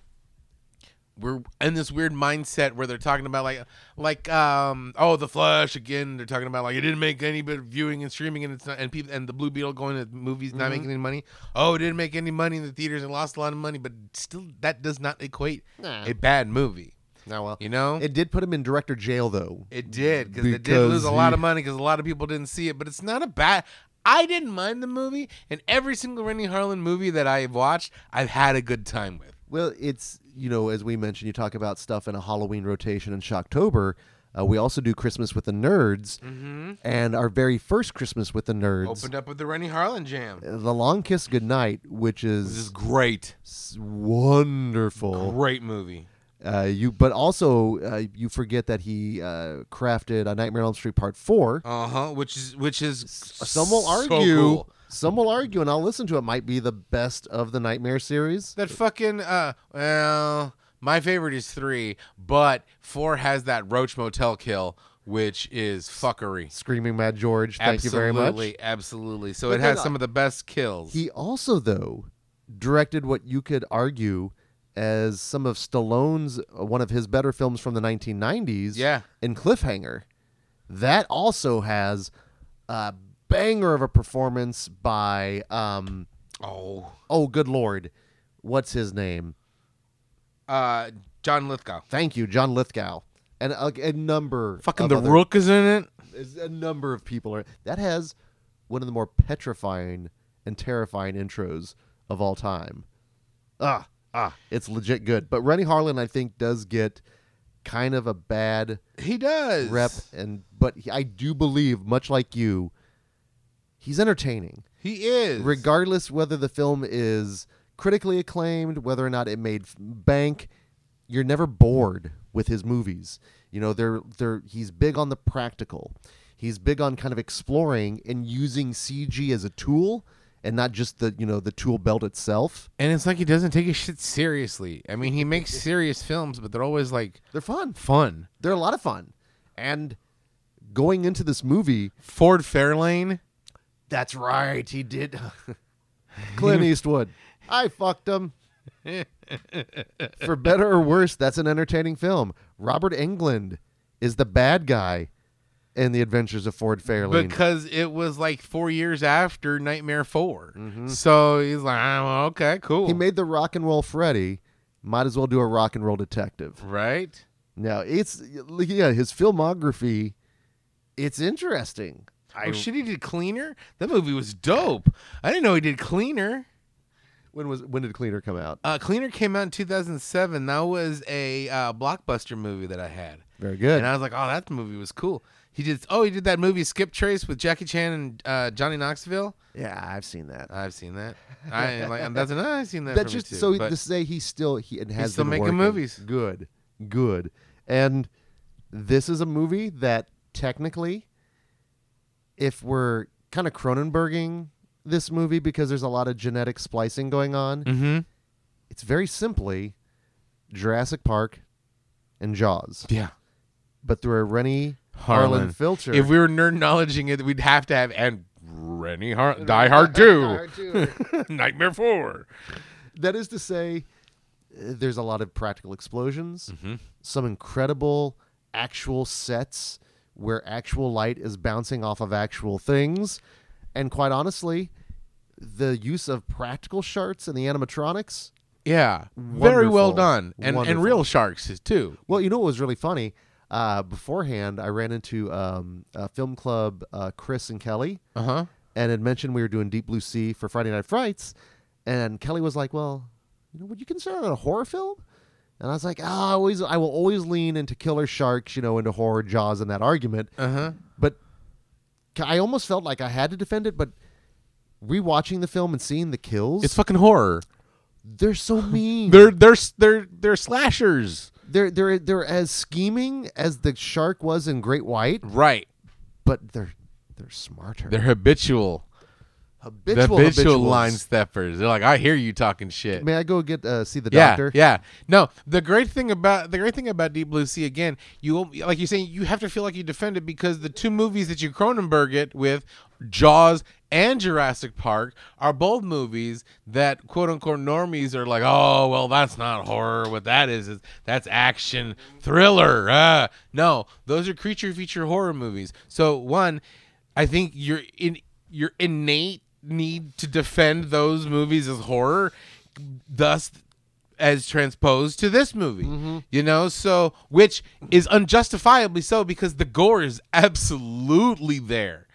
D: we're in this weird mindset where they're talking about like like um oh the flash again they're talking about like it didn't make any bit of viewing and streaming and it's not and people and the blue beetle going to movies
C: Mm-hmm.
D: not making any money oh it didn't make any money in the theaters and lost a lot of money but still that does not equate
C: Nah.
D: a bad movie
C: Oh, well.
D: you know
C: It did put him in director jail, though.
D: it did because it did lose
C: Because
D: a lot of
C: he-
D: money because a lot of people didn't see it. But it's not a bad. I didn't mind the movie, and every single Rennie Harlan movie that I've watched, I've had a good time with.
C: Well, it's you know, as we mentioned, you talk about stuff in a Halloween rotation in Shocktober. Uh, we also do Christmas with the Nerds, and our very first Christmas with the Nerds,
D: Opened up with the Rennie Harlan jam.
C: uh, the Long Kiss Goodnight, which
D: This is
C: is
D: great,
C: s- wonderful.
D: great movie.
C: Uh, you, but also uh, you forget that he uh, crafted a Nightmare on Elm Street Part Four.
D: Uh huh. Which is which is
C: Some will
D: so
C: argue.
D: cool.
C: Some will argue, and I'll listen to it. Might be the best of the Nightmare series.
D: that fucking uh well, my favorite is three, but four has that Roach Motel kill, which is fuckery.
C: Screaming Mad George. Thank you very much.
D: Absolutely, absolutely. So
C: But
D: it
C: then
D: has
C: I-
D: some of the best kills.
C: He also, though, directed what you could argue as some of Stallone's uh, one of his better films from the 1990s.
D: Yeah.
C: in Cliffhanger, that also has a banger of a performance by um
D: oh.
C: oh good lord, what's his name?
D: uh John Lithgow.
C: Thank you, John Lithgow, and a, a number
D: Fucking
C: of
D: the
C: other-
D: Rook is in it.
C: is a number of people are that has one of the more petrifying and terrifying intros of all time. Ah, ah, it's legit good. But Rennie Harlan, I think, does get kind of a bad
D: He does.
C: rep, and but he, I do believe, much like you, he's entertaining,
D: He is.
C: regardless whether the film is critically acclaimed, whether or not it made f- bank. You're never bored with his movies. You know, they're they're he's big on the practical. He's big on kind of exploring and using CG as a tool and not just the, you know, the tool belt itself.
D: and it's like he doesn't take his shit seriously. I mean, he makes serious films, but they're always like
C: They're fun.
D: fun.
C: They're a lot of fun. And going into this movie,
D: Ford Fairlane.
C: That's right, he did. Clint Eastwood. I fucked him. For better or worse, that's an entertaining film. Robert England is the bad guy in The Adventures of Ford Fairlane.
D: Because it was like four years after Nightmare 4. So he's like, "Ah, okay, cool.
C: Mm-hmm. he made the rock and roll Freddy. Might as well do a rock and roll detective.
D: right?
C: Now it's yeah, his filmography. It's interesting.
D: oh, shit, he did Cleaner? That movie was dope. I didn't know he did Cleaner.
C: When was when did Cleaner come out?
D: Uh, Cleaner came out in 2007. That was a uh, blockbuster movie that I had,
C: Very good.
D: and I was like, "Oh, that movie was cool." He did. Oh, he did that movie Skip Trace with Jackie Chan and uh, Johnny Knoxville.
C: yeah, I've seen that.
D: I've seen that. I am like and that's another I've seen that.
C: That's
D: movie
C: just
D: too,
C: so
D: but-
C: to say he's still he and has
D: still
C: been
D: making
C: working.
D: movies.
C: Good, good. And this is a movie that technically, if we're kind of Cronenberging this movie because there's a lot of genetic splicing going on,
D: Mhm.
C: it's very simply Jurassic Park and Jaws,
D: yeah.
C: but through a Rennie Harlan,
D: Harlan.
C: filter.
D: If we were nerd knowledging it, we'd have to have and Rennie Har- Die Hard Two, Nightmare Four.
C: that is to say, uh, there's a lot of practical explosions, some incredible actual sets where actual light is bouncing off of actual things, and quite honestly, the use of practical sharks and the animatronics.
D: Yeah, very well
C: Wonderful.
D: done, and
C: Wonderful.
D: and real sharks is too.
C: Well, you know what was really funny? Uh, beforehand, I ran into um, uh, film club uh, Chris and Kelly.
D: Uh huh.
C: and had mentioned we were doing Deep Blue Sea for Friday Night Frights, and Kelly was like, "Well, you know, would you consider that a horror film?" And I was like, "Ah, I always, I will always lean into killer sharks, you know, into horror Jaws and that argument."
D: Uh huh.
C: But ca- I almost felt like I had to defend it. But rewatching the film and seeing the kills,
D: It's fucking horror.
C: they're so mean.
D: They're they're they're they're slashers.
C: they're they're they're as scheming as the shark was in Great White,
D: Right.
C: but they're they're smarter.
D: They're habitual.
C: habitual,
D: the habitual
C: habituals.
D: line steppers. They're like, I hear you talking shit.
C: May I go get uh, see the
D: yeah,
C: doctor?
D: yeah. No, the great thing about the great thing about Deep Blue Sea again, you won't- like you're saying you have to feel like you defend it because the two movies that you Cronenberg it with, Jaws and Jurassic Park, are both movies that quote unquote normies are like, oh well, that's not horror. What that is is that's action thriller. Ah. No, those are creature feature horror movies. So one, I think you're in your innate need to defend those movies as horror thus as transposed to this movie you know so which is unjustifiably so because the gore is absolutely there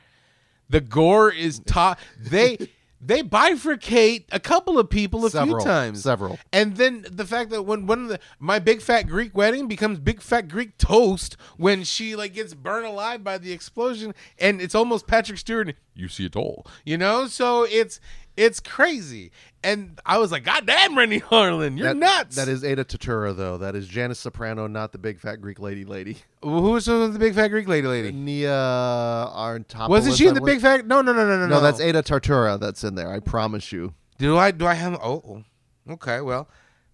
D: the gore is top they they bifurcate a couple of people a
C: Several,
D: few times
C: several.
D: and then the fact that when one of the my big fat Greek wedding becomes big fat Greek toast when she like gets burned alive by the explosion, and it's almost Patrick Stewart. You see it all, you know. So it's it's crazy, and I was like, God damn, Rennie Harlan, you're
C: That-
D: nuts.
C: That is Ada Turturro, though. That is Janice Soprano, not the big fat Greek lady lady.
D: who was the big fat Greek lady lady?
C: Nia Arntopoulos.
D: Wasn't she in the
C: I
D: big
C: believe-
D: fat? No, no, no, no, no.
C: No, that's Ada Tartura that's in there. I promise you.
D: Do I do I have? Oh, oh. okay. Well,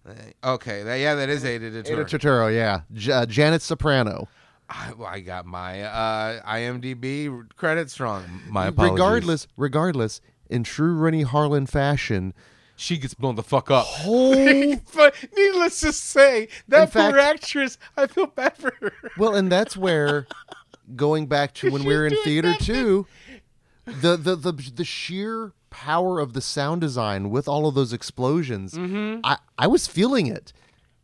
D: uh, okay. That, yeah, that is Ada
C: Ada
D: Turturro.
C: Turturro, yeah. J- uh, Janet Soprano.
D: I, well, I got my uh, IMDb credits wrong. My apologies.
C: Regardless, regardless, in true Rennie Harlan fashion,
D: she gets blown the fuck up.
C: whole.
D: but needless to say, that
C: In fact-
D: poor actress, I feel bad for her.
C: well, and that's where, going back to when we were in
D: She's doing
C: theater too, the, the the the sheer power of the sound design with all of those explosions,
D: Mm-hmm.
C: I I was feeling it,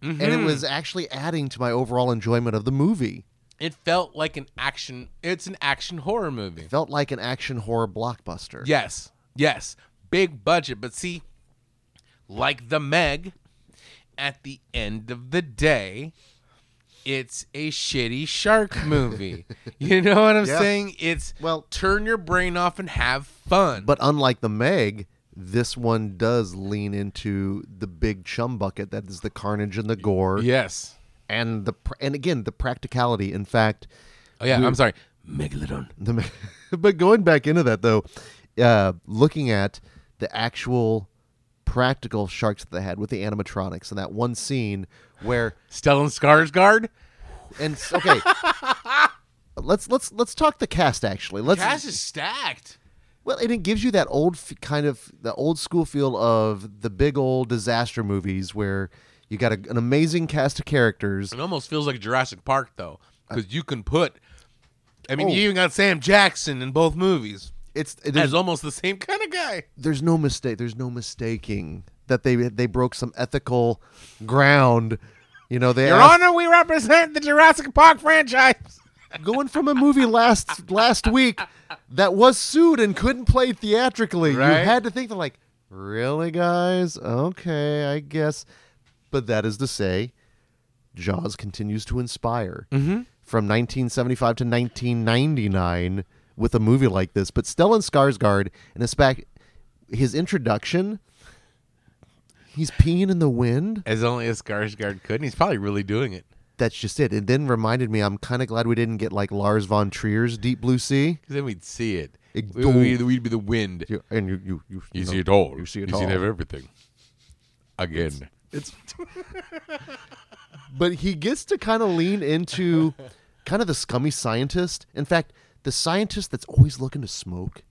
C: and it was actually adding to my overall enjoyment of the movie.
D: It felt like an action. It's an action horror movie.
C: felt like an action horror blockbuster.
D: Yes, yes, big budget. But see, like the Meg, at the end of the day, it's a shitty shark movie. you know what I'm
C: Yeah.
D: saying? It's
C: Well-
D: turn your brain off and have fun.
C: But unlike the Meg, this one does lean into the big chum bucket that is the carnage and the gore
D: yes.
C: and the pr- and again the practicality. In fact,
D: Oh yeah, I'm sorry.
E: Megalodon.
C: the Me- but going back into that though, uh, looking at the actual practical sharks that they had with the animatronics and that one scene where
D: Stellan Skarsgård.
C: and s- okay. Let's let's let's talk the cast actually. Let's
D: Cash is stacked.
C: Well, and it gives you that old f- kind of the old school feel of the big old disaster movies where you got a, an amazing cast of characters.
D: It almost feels like Jurassic Park though, because you can put. I mean,
C: Oh.
D: you even got Sam Jackson in both movies.
C: It's there's,
D: That's almost the same kind of guy.
C: there's no mistake. There's no mistaking that they they broke some ethical ground. You know, they
D: Your
C: asked-
D: Honor, we represent the Jurassic Park franchise.
C: going from a movie last last week that was sued and couldn't play theatrically. You
D: Right.
C: had to think they're like Really, guys? Okay, I guess. But that is to say, Jaws continues to inspire from 1975 to 1999 with a movie like this. But Stellan Skarsgård, and in fact, his introduction, he's peeing in the wind.
D: As only a Skarsgård could, and he's probably really doing it
C: That's just it. It then reminded me, I'm kind of glad we didn't get like Lars von Trier's Deep Blue Sea.
D: because then we'd see it.
C: It-
D: We- we- we'd, be the wind.
C: You- And you, you, you,
D: You
C: know,
D: see it all.
C: You see it
D: you
C: all.
D: see everything. Again,
C: It's But he gets to kind of lean into kind of the scummy scientist. In fact, the scientist that's always looking to smoke.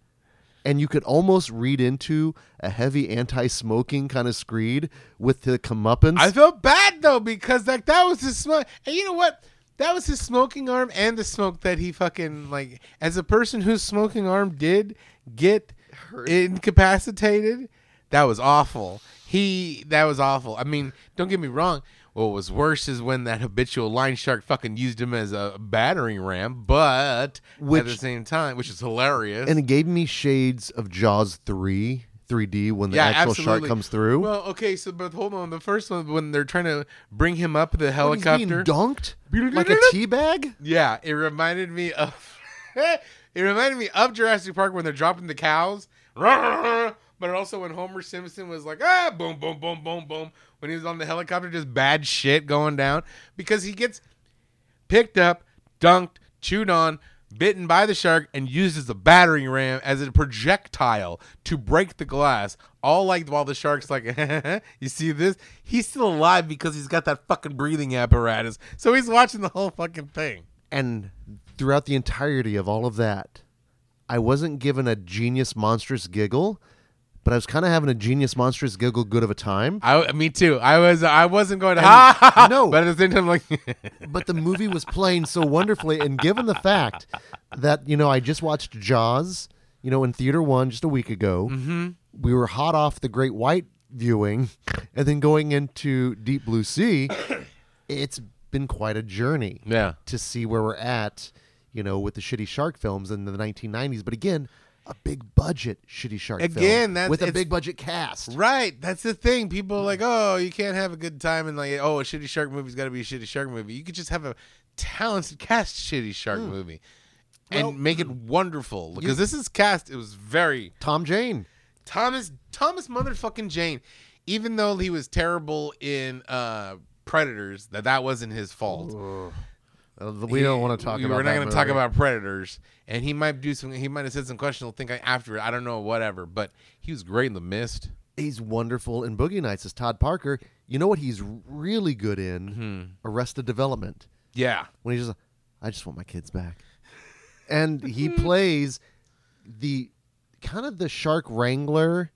C: And you could almost read into a heavy anti-smoking kind of screed with the comeuppance.
D: I felt bad though because like that was his smoke. And you know what? That was his smoking arm and the smoke that he fucking like. As a person whose smoking arm did get incapacitated, that was awful. He that was awful. I mean, don't get me wrong. What was worse is when that habitual line shark fucking used him as a battering ram, but
C: Which-
D: at the same time, which is hilarious.
C: and it gave me shades of Jaws 3, 3D when the actual shark
D: absolutely.
C: comes through.
D: Well, okay, so but hold on. The first one when they're trying to bring him up the
C: When he's being
D: helicopter.
C: dunked like a tea bag.
D: Yeah, it reminded me of it reminded me of Jurassic Park when they're dropping the cows. But also when Homer Simpson was like, ah, boom, boom, boom, boom, boom, when he was on the helicopter, just bad shit going down because he gets picked up, dunked, chewed on, bitten by the shark, and used as a battering ram as a projectile to break the glass. All like while the shark's like, you see this? He's still alive because he's got that fucking breathing apparatus. So he's watching the whole fucking thing.
C: And throughout the entirety of all of that, I wasn't given a genius monstrous giggle, but I was kind of having a genius monstrous giggle good of a time.
D: I, me too. I was I wasn't going ha ha, ha
C: no.
D: but at the same time like
C: But the movie was playing so wonderfully, and given the fact that you know I just watched Jaws, you know, in theater one just a week ago, mm-hmm. we were hot off the Great White viewing, and then going into Deep Blue Sea. It's been quite a journey.
D: yeah.
C: to see where we're at, you know, with the shitty shark films in the 1990s. But again, a big budget shitty shark film
D: Again, that's-
C: with a
D: it's-
C: big budget cast.
D: Right, that's the thing. People are like, oh, you can't have a good time and like, oh, a shitty shark movie's got to be a shitty shark movie. You could just have a talented cast shitty shark movie, and
C: Well-
D: make it wonderful because this is cast. It was very
C: Tom Jane,
D: Thomas Thomas motherfucking Jane, even though he was terrible in uh Predators, that that wasn't his fault.
C: Uh, we don't want to talk
D: we-
C: about.
D: We're not
C: that
D: gonna talk
C: movie.
D: about predators, and he might do some. He might have said some questionable thing after it. I don't know, whatever. But he was great in the mist.
C: He's wonderful in Boogie Nights as Todd Parker. You know what he's really good in?
D: Mm-hmm.
C: Arrested Development.
D: Yeah,
C: When he's just, like, I just want my kids back, and he plays the kind of the shark wrangler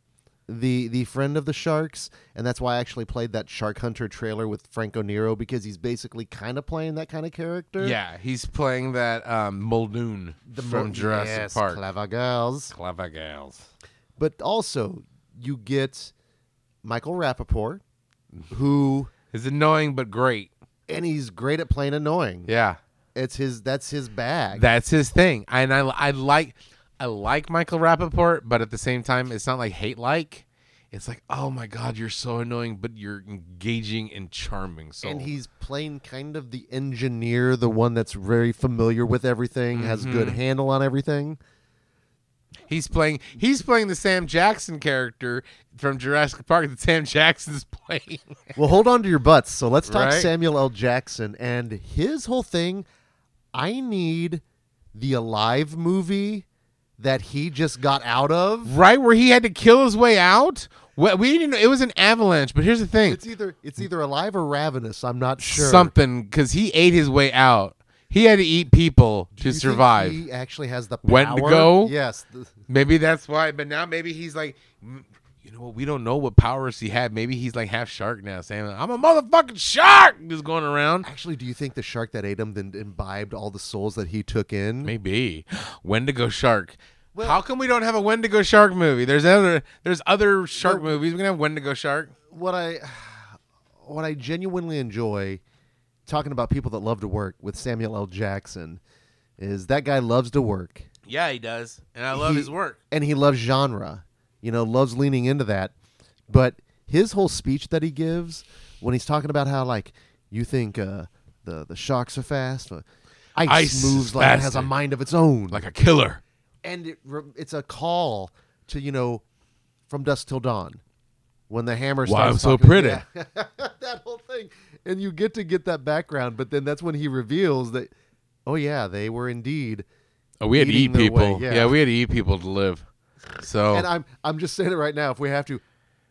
C: the the friend of the sharks and that's why i actually played that shark hunter trailer with franco nero because he's basically kind of playing that kind of character
D: yeah. He's playing that um, Muldoon from
C: mo-
D: Jurassic
C: yes,
D: Park.
C: clever girls
D: Clever gals.
C: but also you get michael rappaport who
D: It's annoying but great.
C: and he's great at playing annoying
D: Yeah,
C: it's his that's his bag
D: that's his thing. And I, I like, I like Michael Rappaport, but at the same time, it's not like hate like. It's like, oh my god, you're so annoying, but you're engaging and charming. So
C: and he's playing kind of the engineer, the one that's very familiar with everything, has
D: Mm-hmm.
C: good handle on everything.
D: He's playing. He's playing the Sam Jackson character from Jurassic Park that Sam Jackson's playing.
C: Well, hold on to your butts. So let's talk
D: Right.
C: Samuel L. Jackson and his whole thing. I need the Alive movie that he just got out of.
D: right where he had to kill his way out. Well, we didn't. It was an avalanche. But here's the thing.
C: It's either it's either Alive or Ravenous. I'm not sure.
D: Something because he ate his way out. He had to eat people
C: Do
D: to
C: you think
D: survive.
C: He actually has the power.
D: When to go?
C: Yes. th-
D: Maybe that's why. But now maybe he's like, "Mm, you know what? We don't know what powers he had. Maybe he's like half shark now, saying, "I'm a motherfucking shark," just going around.
C: Actually, do you think the shark that ate him then imbibed all the souls that he took in?
D: Maybe Wendigo Shark. How come we don't have a Wendigo Shark movie? There's other there's other shark movies. We can have Wendigo Shark.
C: what I what I genuinely enjoy talking about people that love to work with Samuel L. Jackson is that guy loves to work
D: Yeah, he does, and I
C: love his
D: work.
C: and he loves genre. you know, loves leaning into that. But his whole speech that he gives when he's talking about how like you think uh, the the sharks are fast, uh, ice,
D: Ice
C: moves
D: is
C: like it has a
D: faster.
C: mind of its own,
D: like a killer.
C: and it, re- it's a call to you know, from dusk till dawn, when the hammer. starts
D: Why I'm so
C: talking-
D: pretty.
C: Yeah. that whole thing, and you get to get that background, but then that's when he reveals that, oh yeah, they were indeed.
D: Oh, we had to eat
C: Eating their way,
D: people.
C: yeah.
D: yeah. we had to eat people to live. So
C: And I'm I'm just saying it right now. If we have to,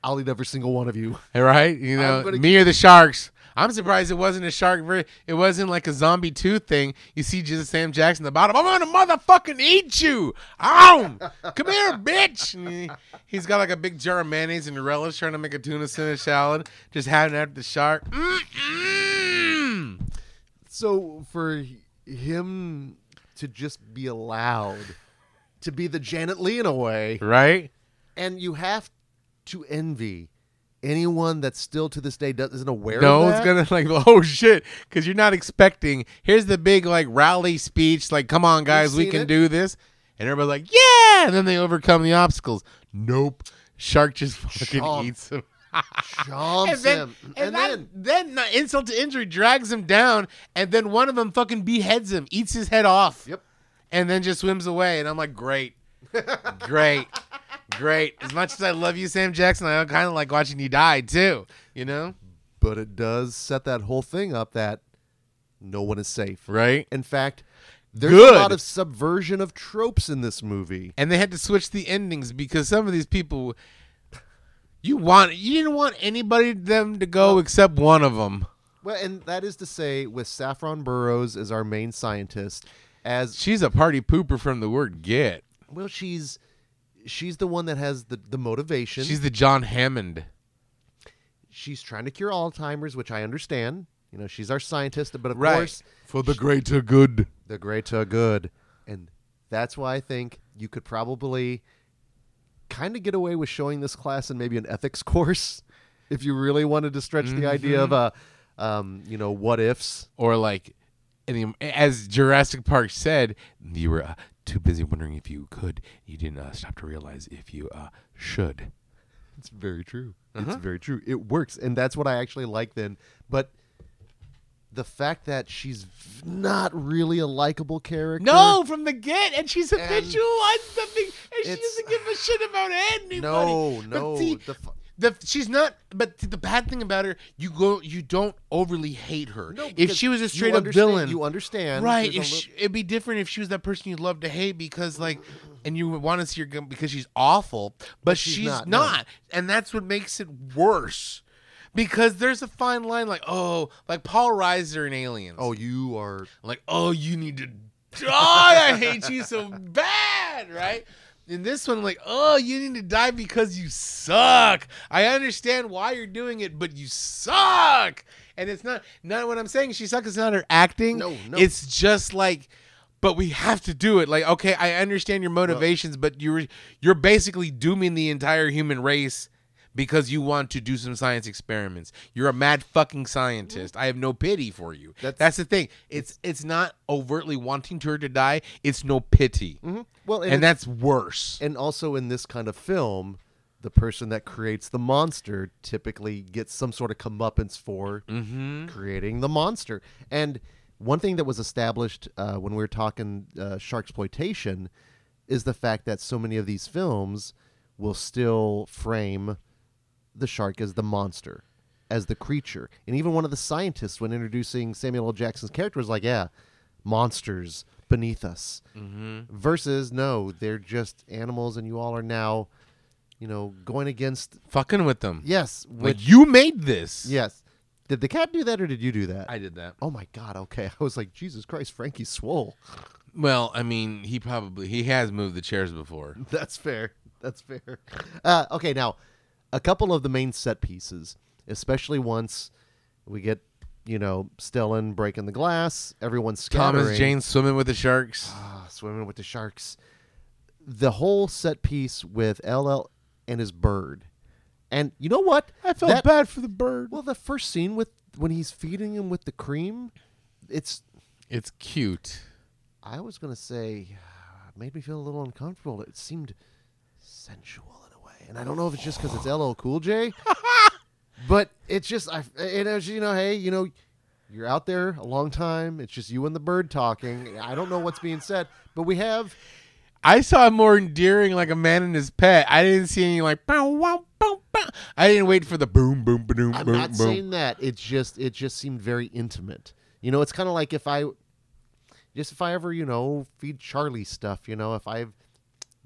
C: I'll eat every single one of you.
D: right, you know,
C: I'm gonna
D: me or the sharks. I'm surprised it wasn't a shark. ver- It wasn't like a zombie two thing. You see, just Sam Jackson at the bottom. I'm gonna motherfucking eat you. Ow! Come here, bitch. And he- he's got like a big jar of mayonnaise and relish, trying to make a tuna salmon salad, just having it after the shark. Mm-mm.
C: So for h- him to just be allowed to be the Janet Lee in a way,
D: Right?
C: and you have to envy anyone that still to this day does, isn't aware.
D: No
C: of
D: one's
C: that.
D: gonna like oh shit because you're not expecting. Here's the big like rally speech like come on guys we
C: seen
D: can
C: it.
D: do this and everybody's like yeah and then they overcome the obstacles. Nope, shark just fucking
C: Chomp.
D: eats him.
C: chomps
D: And then,
C: him,
D: and, then, then, the insult to injury drags him down, and then one of them fucking beheads him, eats his head off,
C: Yep.
D: and then just swims away. And I'm like, great, great, great. As much as I love you, Sam Jackson, I kind of like watching you die too. You know,
C: but it does set that whole thing up that no one is safe.
D: right?
C: In fact, there's
D: Good.
C: a lot of subversion of tropes in this movie.
D: and they had to switch the endings because some of these people you want you didn't want anybody them to go except one of them
C: Well, and that is to say, with Saffron Burrows as our main scientist, as
D: she's a party pooper from the word get
C: well, she's she's the one that has the the motivation.
D: she's the john hammond
C: she's trying to cure Alzheimer's, which I understand. You know, she's our scientist, but of course,
D: for the greater good
C: the greater good, and that's why I think you could probably kind of get away with showing this class in maybe an ethics course if you really wanted to stretch the idea of uh, um, you know, what ifs.
D: or like any, as jurassic park said you were uh, too busy wondering if you could you didn't uh, stop to realize if you uh, should
C: It's very true. It's very true. It works, and that's what I actually like. Then, but the fact that she's v- not really a likable character.
D: no, from the get, and she's
C: And-
D: habitual on something, and she
C: It's-
D: doesn't give a shit about anybody.
C: no,
D: But
C: no.
D: see,
C: the fu-
D: The, she's not. But th- the bad thing about her, you go, you don't overly hate her.
C: No,
D: if
C: because
D: she was
C: you
D: a straight up
C: understand-
D: villain,
C: you understand,
D: right?
C: there's a
D: If
C: li-
D: she, it'd be different if she was that person you love to hate because, like, and you want to see her go- because she's awful, but, she's,
C: she's
D: not,
C: not, no.
D: and that's what makes it worse. Because there's a fine line, like oh, like Paul Reiser in Aliens.
C: oh, you are
D: Like, oh, you need to die. I hate you so bad, right? In this one, like, oh, you need to die because you suck. I understand why you're doing it, but you suck. And it's not not what I'm saying. She sucks. It's not her acting.
C: No, no.
D: It's just like, but we have to do it. Like, okay, I understand your motivations, but you're you're basically dooming the entire human race because you want to do some science experiments. You're a mad fucking scientist. I have no pity for you. That's,
C: That's-
D: the thing. It's it's not overtly wanting to her to die. It's no pity,
C: well, and,
D: and
C: that
D: that's worse.
C: and also in this kind of film, the person that creates the monster typically gets some sort of comeuppance for creating the monster. And one thing that was established uh, when we were talking uh, shark exploitation is the fact that so many of these films will still frame the shark as the monster, as the creature. And even one of the scientists, when introducing Samuel L. Jackson's character, was like, "Yeah, monsters beneath us." Mm-hmm. Versus, no, they're just animals, and you all are now, you know, going against.
D: Fucking with them.
C: Yes,
D: Like
C: with
D: you made this.
C: yes. Did the cat do that, or did you do that?
D: I did that.
C: Oh my God! Okay, I was like, Jesus Christ, Frankie swole.
D: Well, I mean, he probably he has moved the chairs before.
C: That's fair. That's fair. Uh, okay, now a couple of the main set pieces, especially once we get, you know, Stellan breaking the glass, everyone's scattering,
D: Thomas Jane swimming with the sharks.
C: ah, swimming with the sharks. The whole set piece with LL and his bird, and you know what?
D: I felt
C: That-
D: bad for the bird.
C: Well, the first scene with when he's feeding him with the cream, it's
D: It's cute.
C: I was gonna say, made me feel a little uncomfortable. It seemed sensual in a way. and I don't know if it's just because it's LL Cool J, but it's just I it is you know hey you know you're out there a long time. It's just you and the bird talking. I don't know what's being said, but we have
D: I saw more endearing like a man and his pet. I didn't see any like bow wow bow bow. I didn't wait for the boom boom boom
C: I'm
D: boom
C: not
D: boom.
C: saying that. It's just it just seemed very intimate. You know, it's kind of like if I just if I ever you know feed Charlie stuff. You know, if I've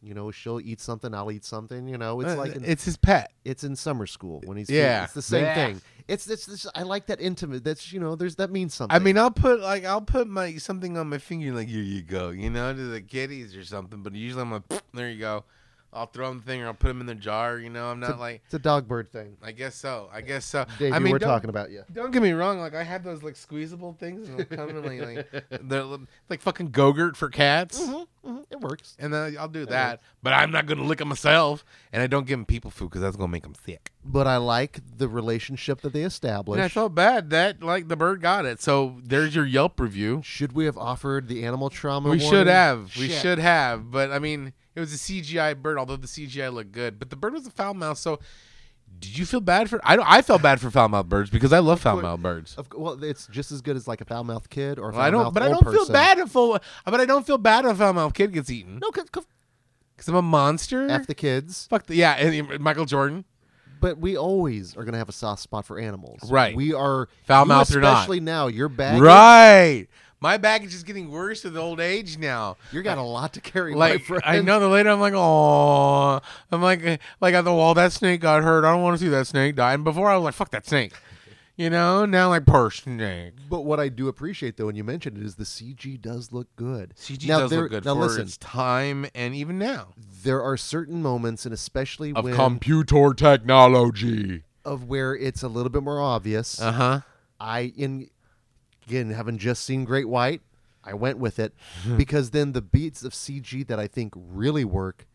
C: you know she'll eat something, I'll eat something. You know, it's
D: Uh,
C: like in,
D: it's his pet.
C: it's in summer school when he's
D: Yeah.
C: It's the same
D: Yeah.
C: thing. It's this this I like that intimate. That's you know there's that means something.
D: I mean, I'll put like I'll put my something on my finger, like here you go, you know, to the kitties or something. But usually I'm like, "Pfft, there you go. I'll throw them the thing or I'll put them in the jar. You know, I'm
C: it's
D: not
C: a,
D: like.
C: it's a dog bird thing.
D: I guess so. I guess so.
C: Davey,
D: I mean,
C: we're
D: don't-
C: talking about you.
D: Don't get me wrong. Like I have those like squeezable things, and they'll come and like, like they're li- like fucking Go-Gurt for cats,
C: Mm-hmm. It works.
D: and then I'll do that. But I'm not gonna lick them myself, and I don't give them people food because that's gonna make them sick.
C: But I like the relationship that they established.
D: And I felt bad that like the bird got it. So there's your Yelp review.
C: should we have offered the animal trauma?
D: We should
C: warning?
D: have. We
C: Shit.
D: should have. But I mean, it was a CGI bird, although the CGI looked good. But the bird was a foul mouth. So did you feel bad for? I don't. I felt bad for foul mouth birds because I love foul mouth birds.
C: Of, cou- well, it's just as good as like a foul mouthed kid or a
D: Well,
C: foul
D: I don't.
C: mouthed
D: But I don't feel bad if. a- But I don't feel bad if foul mouth kid gets eaten.
C: No, cause,
D: Because I'm a monster.
C: f the kids.
D: Fuck the yeah, and Michael Jordan.
C: But we always are gonna have a soft spot for animals,
D: Right.
C: We are
D: Foul
C: you
D: mouthed or not.
C: especially now. Your bag,
D: Right. My baggage is getting worse with old age now.
C: You got a lot to carry, my
D: Like
C: friend.
D: I know the later I'm like, oh, I'm like, eh, like on the wall that snake got hurt. I don't want to see that snake die. And before I was like, fuck that snake, you know. Now like, per snake.
C: But what I do appreciate, though, when you mentioned it, is the CG does look good.
D: CG
C: now,
D: does
C: there,
D: look good
C: Now
D: for
C: listen,
D: its time and even now
C: there are certain moments, and especially
D: of
C: when
D: computer technology.
C: of where it's a little bit more obvious.
D: Uh huh.
C: I in again having just seen Great White, I went with it because then the beats of CG that I think really work,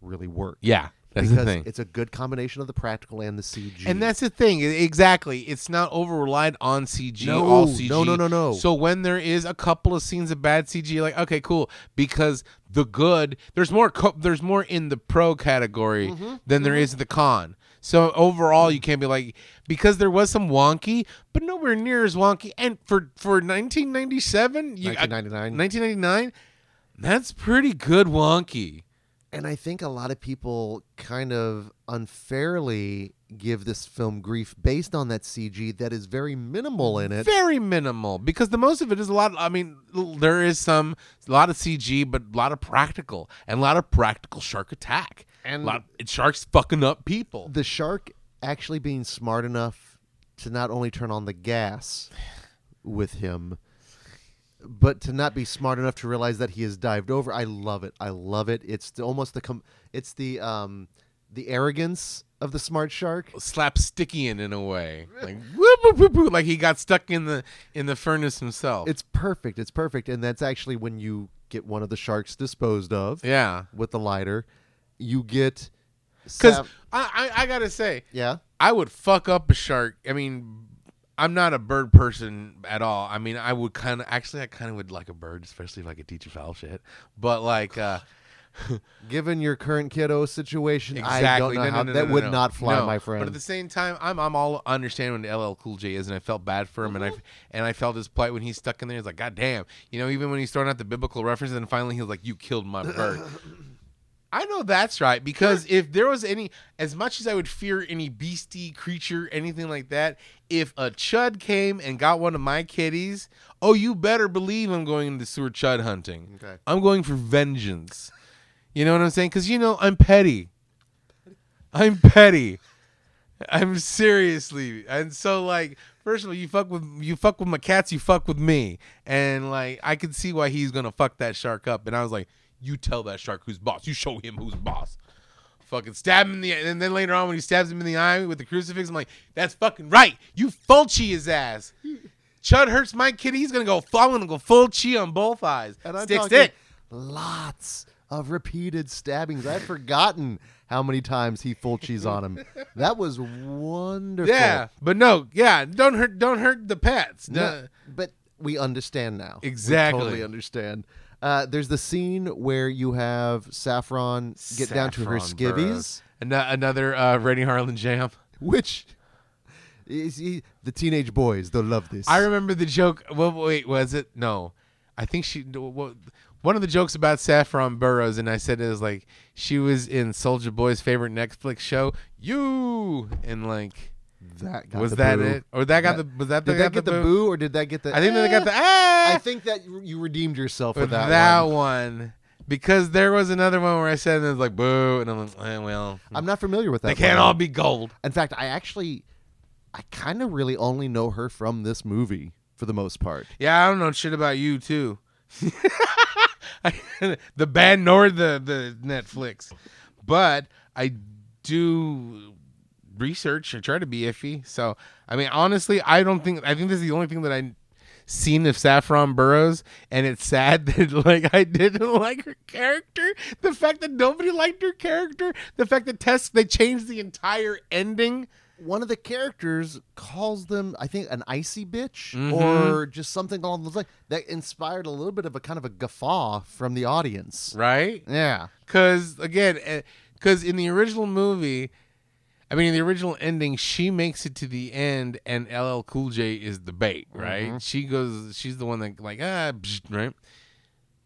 C: really work.
D: Yeah, that's
C: because
D: the thing.
C: it's a good combination of the practical and the CG.
D: And that's the thing, i- exactly. It's not over relied on CG.
C: No,
D: all CG.
C: no, no, no, no.
D: So when there is a couple of scenes of bad CG, like okay, cool, because the good there's more co- there's more in the pro category
C: Mm-hmm,
D: than there is the con. So overall, you can't be like because there was some wonky, but nowhere near as wonky. And for for 1997, you,
C: 1999.
D: 1999, that's pretty good wonky.
C: and I think a lot of people kind of unfairly give this film grief based on that CG that is very minimal in it.
D: very minimal because the most of it is a lot. I mean, l- there is some a lot of CG, but a lot of practical and a lot of practical shark attack
C: And-
D: a lot, sharks fucking up people.
C: The shark actually being smart enough to not only turn on the gas with him, but to not be smart enough to realize that he has dived over. I love it. I love it. It's the, almost the com- it's the um the arrogance of the smart shark.
D: Slapstickian in a way, like whoop, whoop, whoop, whoop, like he got stuck in the in the furnace himself.
C: It's perfect. It's perfect. And that's actually when you get one of the sharks disposed of.
D: yeah,
C: with the lighter. You get
D: because
C: sap-
D: I, I I gotta say,
C: yeah,
D: I would fuck up a shark. I mean, I'm not a bird person at all. I mean, I would kind of actually, I kind of would like a bird, especially if I could teach a foul shit. But like. uh
C: given your current kiddo situation,
D: Exactly.
C: I don't know
D: No,
C: how
D: no, no,
C: that
D: no,
C: would
D: no.
C: not fly,
D: No.
C: my friend.
D: But at the same time, I'm I'm all I understand when LL Cool J is, and I felt bad for him,
C: Mm-hmm.
D: and I and I felt his plight when he's stuck in there. He's like, God damn, you know. Even when he's throwing out the biblical references, and finally he's like, You killed my bird. I know that's right because if there was any, as much as I would fear any beastie creature, anything like that, if a chud came and got one of my kitties, oh, you better believe I'm going into the sewer chud hunting.
C: Okay.
D: I'm going for vengeance. You know what I'm saying? Because you know I'm petty. I'm petty. I'm seriously, and so like, first of all, you fuck with you fuck with my cats, you fuck with me, and like, I could see why he's gonna fuck that shark up, and I was like, you tell that shark who's boss, you show him who's boss, fucking stab him in the, and then later on when he stabs him in the eye with the crucifix, I'm like, that's fucking right, you Fulci his ass. Chud hurts my kitty, he's gonna go, I'm gonna go Fulci on both eyes.
C: and I'm
D: stick,
C: talking
D: stick.
C: lots of repeated stabbings. I'd forgotten how many times he full cheese on him. That was wonderful.
D: Yeah, but no, yeah, don't hurt, don't hurt the pets.
C: No,
D: No.
C: but we understand now. We
D: Exactly.
C: totally understand. Uh, there's the scene where you have Saffron get down to her
D: Saffron Burrow.
C: skivvies,
D: Ano- another uh, Rennie Harlan jam.
C: which is he, the teenage boys they'll love this.
D: I remember the joke. Well, wait, was it? No, I think she. Well, one of the jokes about Saffron Burrows, and I said it was like she was in Soldier Boy's favorite Netflix show, You, and like
C: that got
D: was
C: the
D: that
C: boo.
D: it, or that got
C: That-
D: the was that the,
C: Did
D: got
C: that get the boo or did that get the? Eh!
D: I think that they got the ah.
C: I think that you you redeemed yourself
D: for
C: with
D: that,
C: that. one.
D: one. because there was another one where I said and it was like boo, and I'm like, eh, well,
C: I'm not familiar with that.
D: they can't
C: one.
D: all be gold.
C: In fact, I actually, I kind of really only know her from this movie for the most part.
D: Yeah, I don't know shit about you too. the band nor the the Netflix, but I do research. I try to be iffy. So I mean, honestly, I don't think I think this is the only thing that I seen of Saffron Burrows, and it's sad that like I didn't like her character. The fact that nobody liked her character. The fact that Tess they changed the entire ending.
C: One of the characters calls them, I think, an icy bitch
D: Mm-hmm.
C: or just something along those lines that inspired a little bit of a kind of a guffaw from the audience.
D: Right.
C: Yeah.
D: Because again, because in the original movie, I mean, in the original ending, she makes it to the end, and LL Cool J is the bait, right? She goes, she's the one that like ah, psh, right.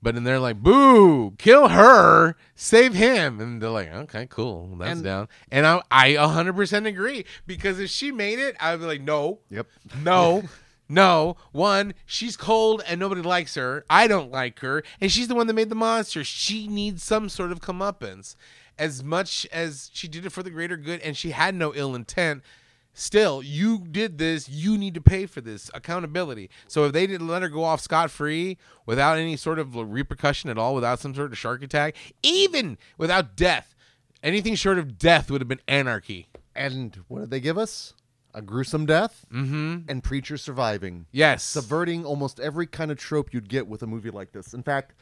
D: But then they're like, "Boo! Kill her! Save him!" And they're like, "Okay, cool, that's
C: And-
D: down." And I, I 100% agree because if she made it, I'd be like, "No,
C: Yep.
D: no, no. One, she's cold and nobody likes her. I don't like her. And she's the one that made the monster. She needs some sort of comeuppance. As much as she did it for the greater good and she had no ill intent, still, you did this. You need to pay for this. Accountability. So if they didn't let her go off scot free without any sort of repercussion at all, without some sort of shark attack, even without death, anything short of death would have been anarchy.
C: And what did they give us? A gruesome death
D: Mm-hmm.
C: and preacher surviving.
D: Yes.
C: subverting almost every kind of trope you'd get with a movie like this. In fact,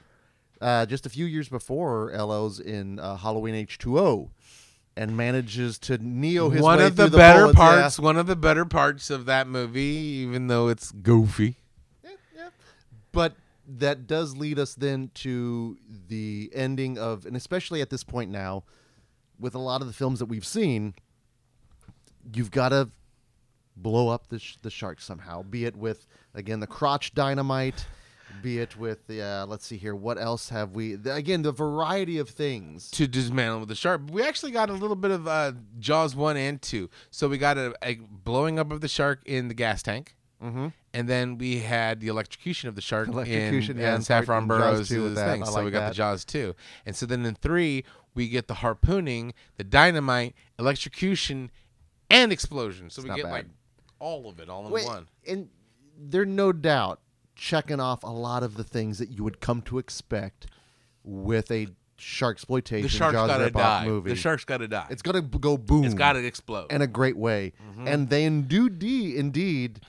C: uh, just a few years before, LL's in uh, Halloween H two O, and manages to neo Oh, his
D: one
C: way
D: of
C: through
D: the,
C: the
D: better
C: bullets. Yeah.
D: parts one of the better parts of that movie even though it's goofy
C: But that does lead us then to the ending of, and especially at this point now, with a lot of the films that we've seen, you've got to blow up the, sh- the shark somehow. Be it with, again, the crotch dynamite, be it with the, uh, let's see here, what else have we, the, again, the variety of things.
D: to dismantle with the shark we actually got a little bit of uh, jaws 1 and 2 so we got a, a blowing up of the shark in the gas tank mm-hmm. and then we had the electrocution of the shark
C: Electrocution
D: in, uh,
C: and-
D: saffron
C: and Jaws 2
D: burrows
C: with that.
D: thing
C: I
D: so we
C: like
D: got the
C: that.
D: jaws 2 and so then in 3 we get the harpooning the dynamite electrocution and explosion so we
C: not
D: get
C: bad.
D: like all of it all in
C: Wait,
D: one
C: And they're no doubt checking off a lot of the things that you would come to expect with a shark exploitation
D: the shark's
C: Jaws
D: gotta
C: ripoff
D: die.
C: movie.
D: The shark's gotta die.
C: it's gonna b- go boom.
D: It's Mm-hmm. got to explode.
C: in a great way, and they do d indeed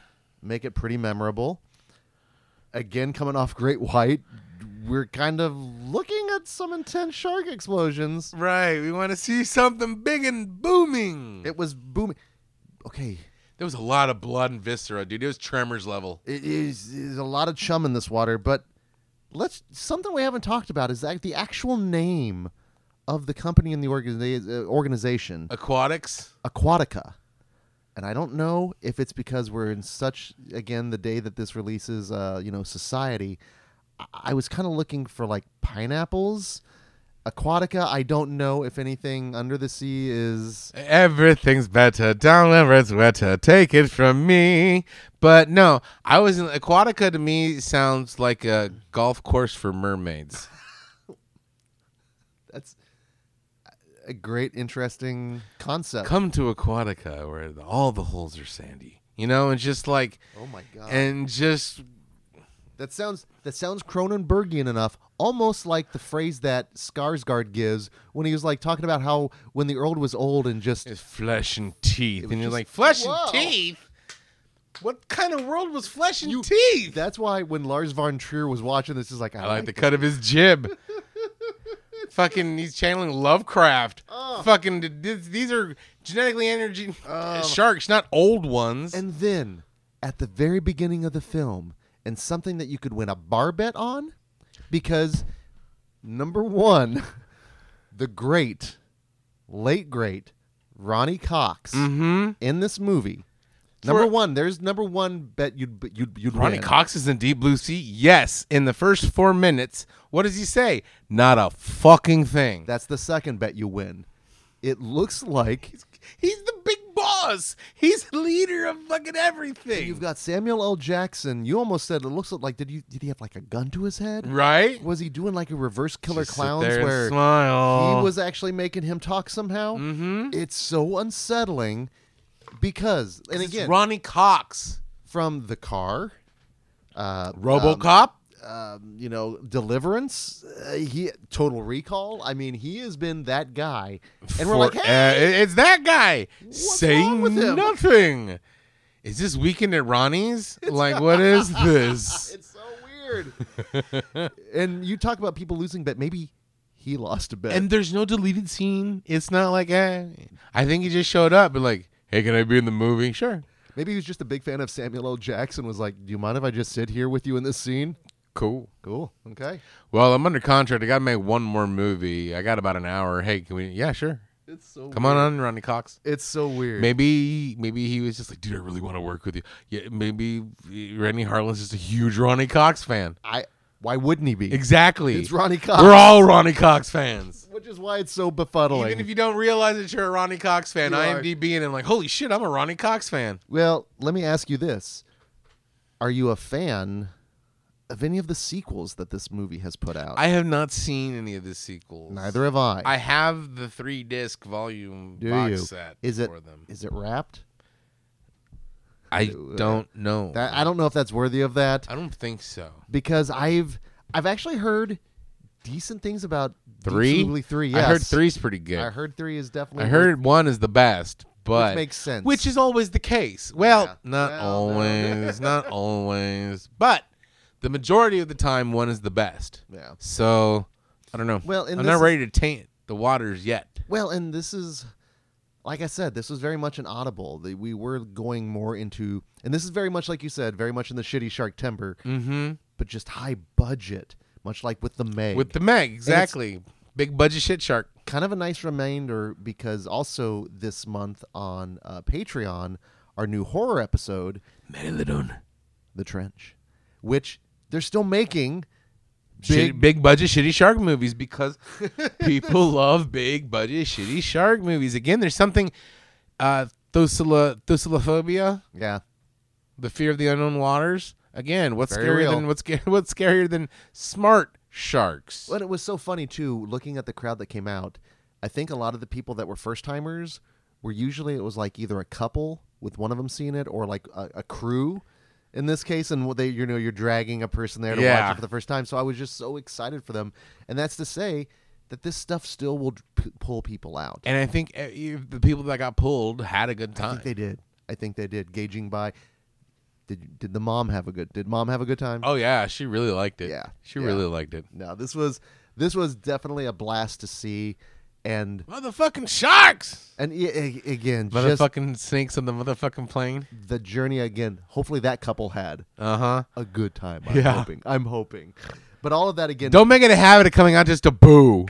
C: make it pretty memorable. Again, coming off Great White, we're kind of looking at some intense shark explosions.
D: right. We want to see something big and booming.
C: It was booming. Okay,
D: there was a lot of blood and viscera, dude. It was tremors level.
C: It is, is a lot of chum in this water, but let's something we haven't talked about is that the actual name of the company and the organiza- uh, organization,
D: Aquatics.
C: Aquatica. And I don't know if it's because we're in such again the day that this releases, uh, you know, society. I, I was kind of looking for like pineapples, Aquatica. I don't know if anything under the sea is.
D: Everything's better down where it's wetter. Take it from me. But no, I was in Aquatica to me sounds like a golf course for mermaids.
C: That's a great, interesting concept.
D: Come to Aquatica where the, all the holes are sandy. You know, and just like,
C: oh my god!
D: and just
C: That sounds that sounds Cronenbergian enough, almost like the phrase that Skarsgård gives when he was like talking about how when the Earl was old and just
D: It's flesh and teeth. And you're
C: just-
D: like, flesh
C: Whoa.
D: and teeth? What kind of world was flesh and teeth?
C: that's why when Lars von Trier was watching this, is like I,
D: I like the
C: the
D: cut of his jib. Fucking, he's channeling Lovecraft.
C: Oh.
D: Fucking, th- th- these are genetically energy sharks, not old ones.
C: and then at the very beginning of the film, and something that you could win a bar bet on because number one, the great, late great Ronnie Cox in this movie. Number
D: Mm-hmm. For-
C: one, there's number one bet you'd you'd you'd
D: Ronnie
C: win.
D: Cox is in Deep Blue Sea. Yes, in the first four minutes, what does he say? Not a fucking thing.
C: That's the second bet you win. It looks like
D: He's the big boss. He's leader of fucking everything.
C: you've got Samuel L. Jackson. You almost said it looks like did you did he have like a gun to his head?
D: right.
C: Was he doing like a reverse killer
D: Just sit
C: clowns
D: there and
C: where
D: smile.
C: he was actually making him talk somehow? Mm-hmm. It's so unsettling because and
D: It's
C: again
D: Ronnie Cox,
C: from the car, uh,
D: RoboCop.
C: um, you know, Deliverance, uh, he Total Recall. I mean, he has been that guy, and we're like,
D: For-
C: hey,
D: uh, it- it's that guy saying
C: wrong with him?
D: nothing. Is this weekend at Ronnie's? like, what is this?
C: it's so weird. and you talk about people losing bet. Maybe he lost a bet.
D: And there's no deleted scene. It's not like, eh. I think he just showed up and like, hey, can I be in the movie? Sure.
C: maybe he was just a big fan of Samuel L. Jackson. Was like, do you mind if I just sit here with you in this scene?
D: Cool.
C: Cool. Okay.
D: Well, I'm under contract. I got to make one more movie. I got about an hour. Hey, can we? Yeah, sure.
C: It's so
D: Come on on, Ronnie Cox.
C: It's so weird.
D: Maybe, maybe he was just like, dude, I really want to work with you. Yeah, maybe eh, Randy Harlan's just a huge Ronnie Cox fan.
C: I. Why wouldn't he be?
D: Exactly.
C: It's Ronnie Cox.
D: We're all Ronnie Cox fans.
C: Which is why it's so befuddling.
D: Even if you don't realize that you're a Ronnie Cox fan,
C: You are.
D: IMDb and I'm like, holy shit, I'm a Ronnie Cox fan.
C: Well, let me ask you this: Are you a fan of any of the sequels that this movie has put out?
D: I have not seen any of the sequels.
C: Neither have I.
D: I have the three disc volume
C: Do
D: box
C: you?
D: set
C: Is it
D: for them.
C: is it wrapped?
D: I
C: uh,
D: don't know.
C: That I don't know if that's worthy of that
D: I don't think so.
C: because I've I've actually heard decent things about Deep
D: Three?
C: Blue Blue three.
D: I heard
C: yes.
D: three's pretty good.
C: I heard three is definitely.
D: I heard one is the best, but
C: makes sense.
D: which is always the case. Well,
C: Yeah.
D: not
C: Well, no.
D: always, not always, but the majority of the time, one is the best.
C: Yeah.
D: So I don't know.
C: Well, and
D: I'm
C: this
D: not
C: is-
D: ready to taint the waters yet.
C: Well, and this is, like I said, this was very much an audible. The, we were going more into, and this is very much like you said, very much in the shitty shark timber,
D: Mm-hmm.
C: but just high budget, much like with the Meg.
D: With the Meg, exactly. Big budget shit shark.
C: kind of a nice reminder because also this month on uh, Patreon, our new horror episode,
E: Megalodon.
C: The Trench, which they're still making.
D: Big,
C: Big-
D: big budget shitty shark movies because people love big budget shitty shark movies. Again, there's something uh thusula thusilophobia.
C: Yeah,
D: the fear of the unknown waters. Again, what's
C: Very
D: scarier
C: real.
D: than what's scar- what's scarier than smart sharks?
C: But it was so funny too, looking at the crowd that came out. I think a lot of the people that were first timers were usually it was like either a couple with one of them seeing it or like a, a crew in this case, and what they you know you're dragging a person there to watch
D: Yeah.
C: it for the first time. So I was just so excited for them, and that's to say that this stuff still will p- pull people out.
D: And I think uh, if the people that got pulled had a good
C: I
D: time.
C: think they did. I think they did. Gauging by did did the mom have a good did mom have a good time?
D: oh yeah, she really liked it.
C: Yeah,
D: she
C: yeah.
D: really liked it.
C: No, this was this was definitely a blast to see, and
D: Motherfucking sharks!
C: and i- i- again just
D: Motherfucking snakes on the motherfucking plane.
C: the journey again. Hopefully, that couple had
D: Uh huh.
C: a good time. I'm
D: Yeah.
C: hoping. I'm hoping. But all of that again,
D: Don't make it a habit of coming out just to boo,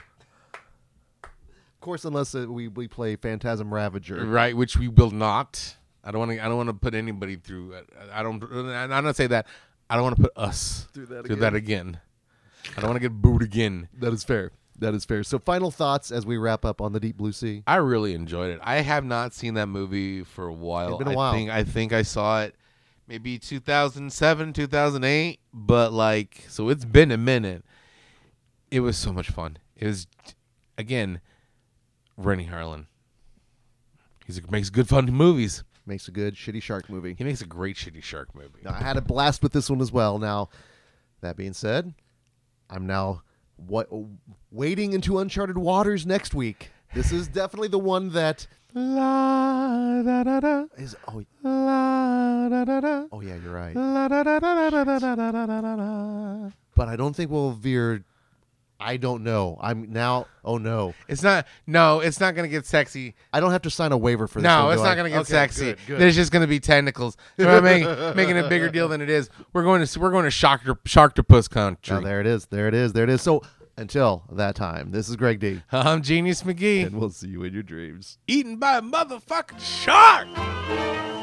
C: of course, unless uh, we we play Phantasm Ravager.
D: right? Which we will not. I don't want to. I don't want to put anybody through. uh, I, I don't. I'm not say that. I don't want to put us through
C: that
D: through that again. I don't want to get booed again.
C: That is fair. That is fair. So, final thoughts as we wrap up on the Deep Blue Sea.
D: I really enjoyed it. I have not seen that movie for a while.
C: It's been a
D: I
C: while.
D: think I think I saw it maybe 2007, 2008, but like so it's been a minute. It was so much fun. It was again Rennie Harlan. He makes good fun movies.
C: Makes a good shitty shark movie.
D: He makes a great shitty shark movie.
C: Now, I had a blast with this one as well. Now, that being said, I'm now what wading into uncharted waters next week. This is definitely the one that
D: La da da da
C: is. Oh,
D: la da da da
C: oh yeah, you're right.
D: la da da da da da da da da da da.
C: but I don't think we'll veer. I I don't know. I'm now. Oh no,
D: It's not. No, it's not gonna get sexy.
C: I don't have to sign a waiver for this.
D: No,
C: one,
D: it's
C: do
D: not
C: I?
D: going to get
C: Okay,
D: sexy.
C: good, good.
D: There's just going to be tentacles. We're making, making a bigger deal than it is. We're going to we're going to Sharkter, Sharktopus country.
C: Now, there it is. There it is. There it is. So until that time, this is Greg D,
D: I'm Genius McGee,
C: and we'll see you in your dreams.
D: eaten by a motherfucking shark.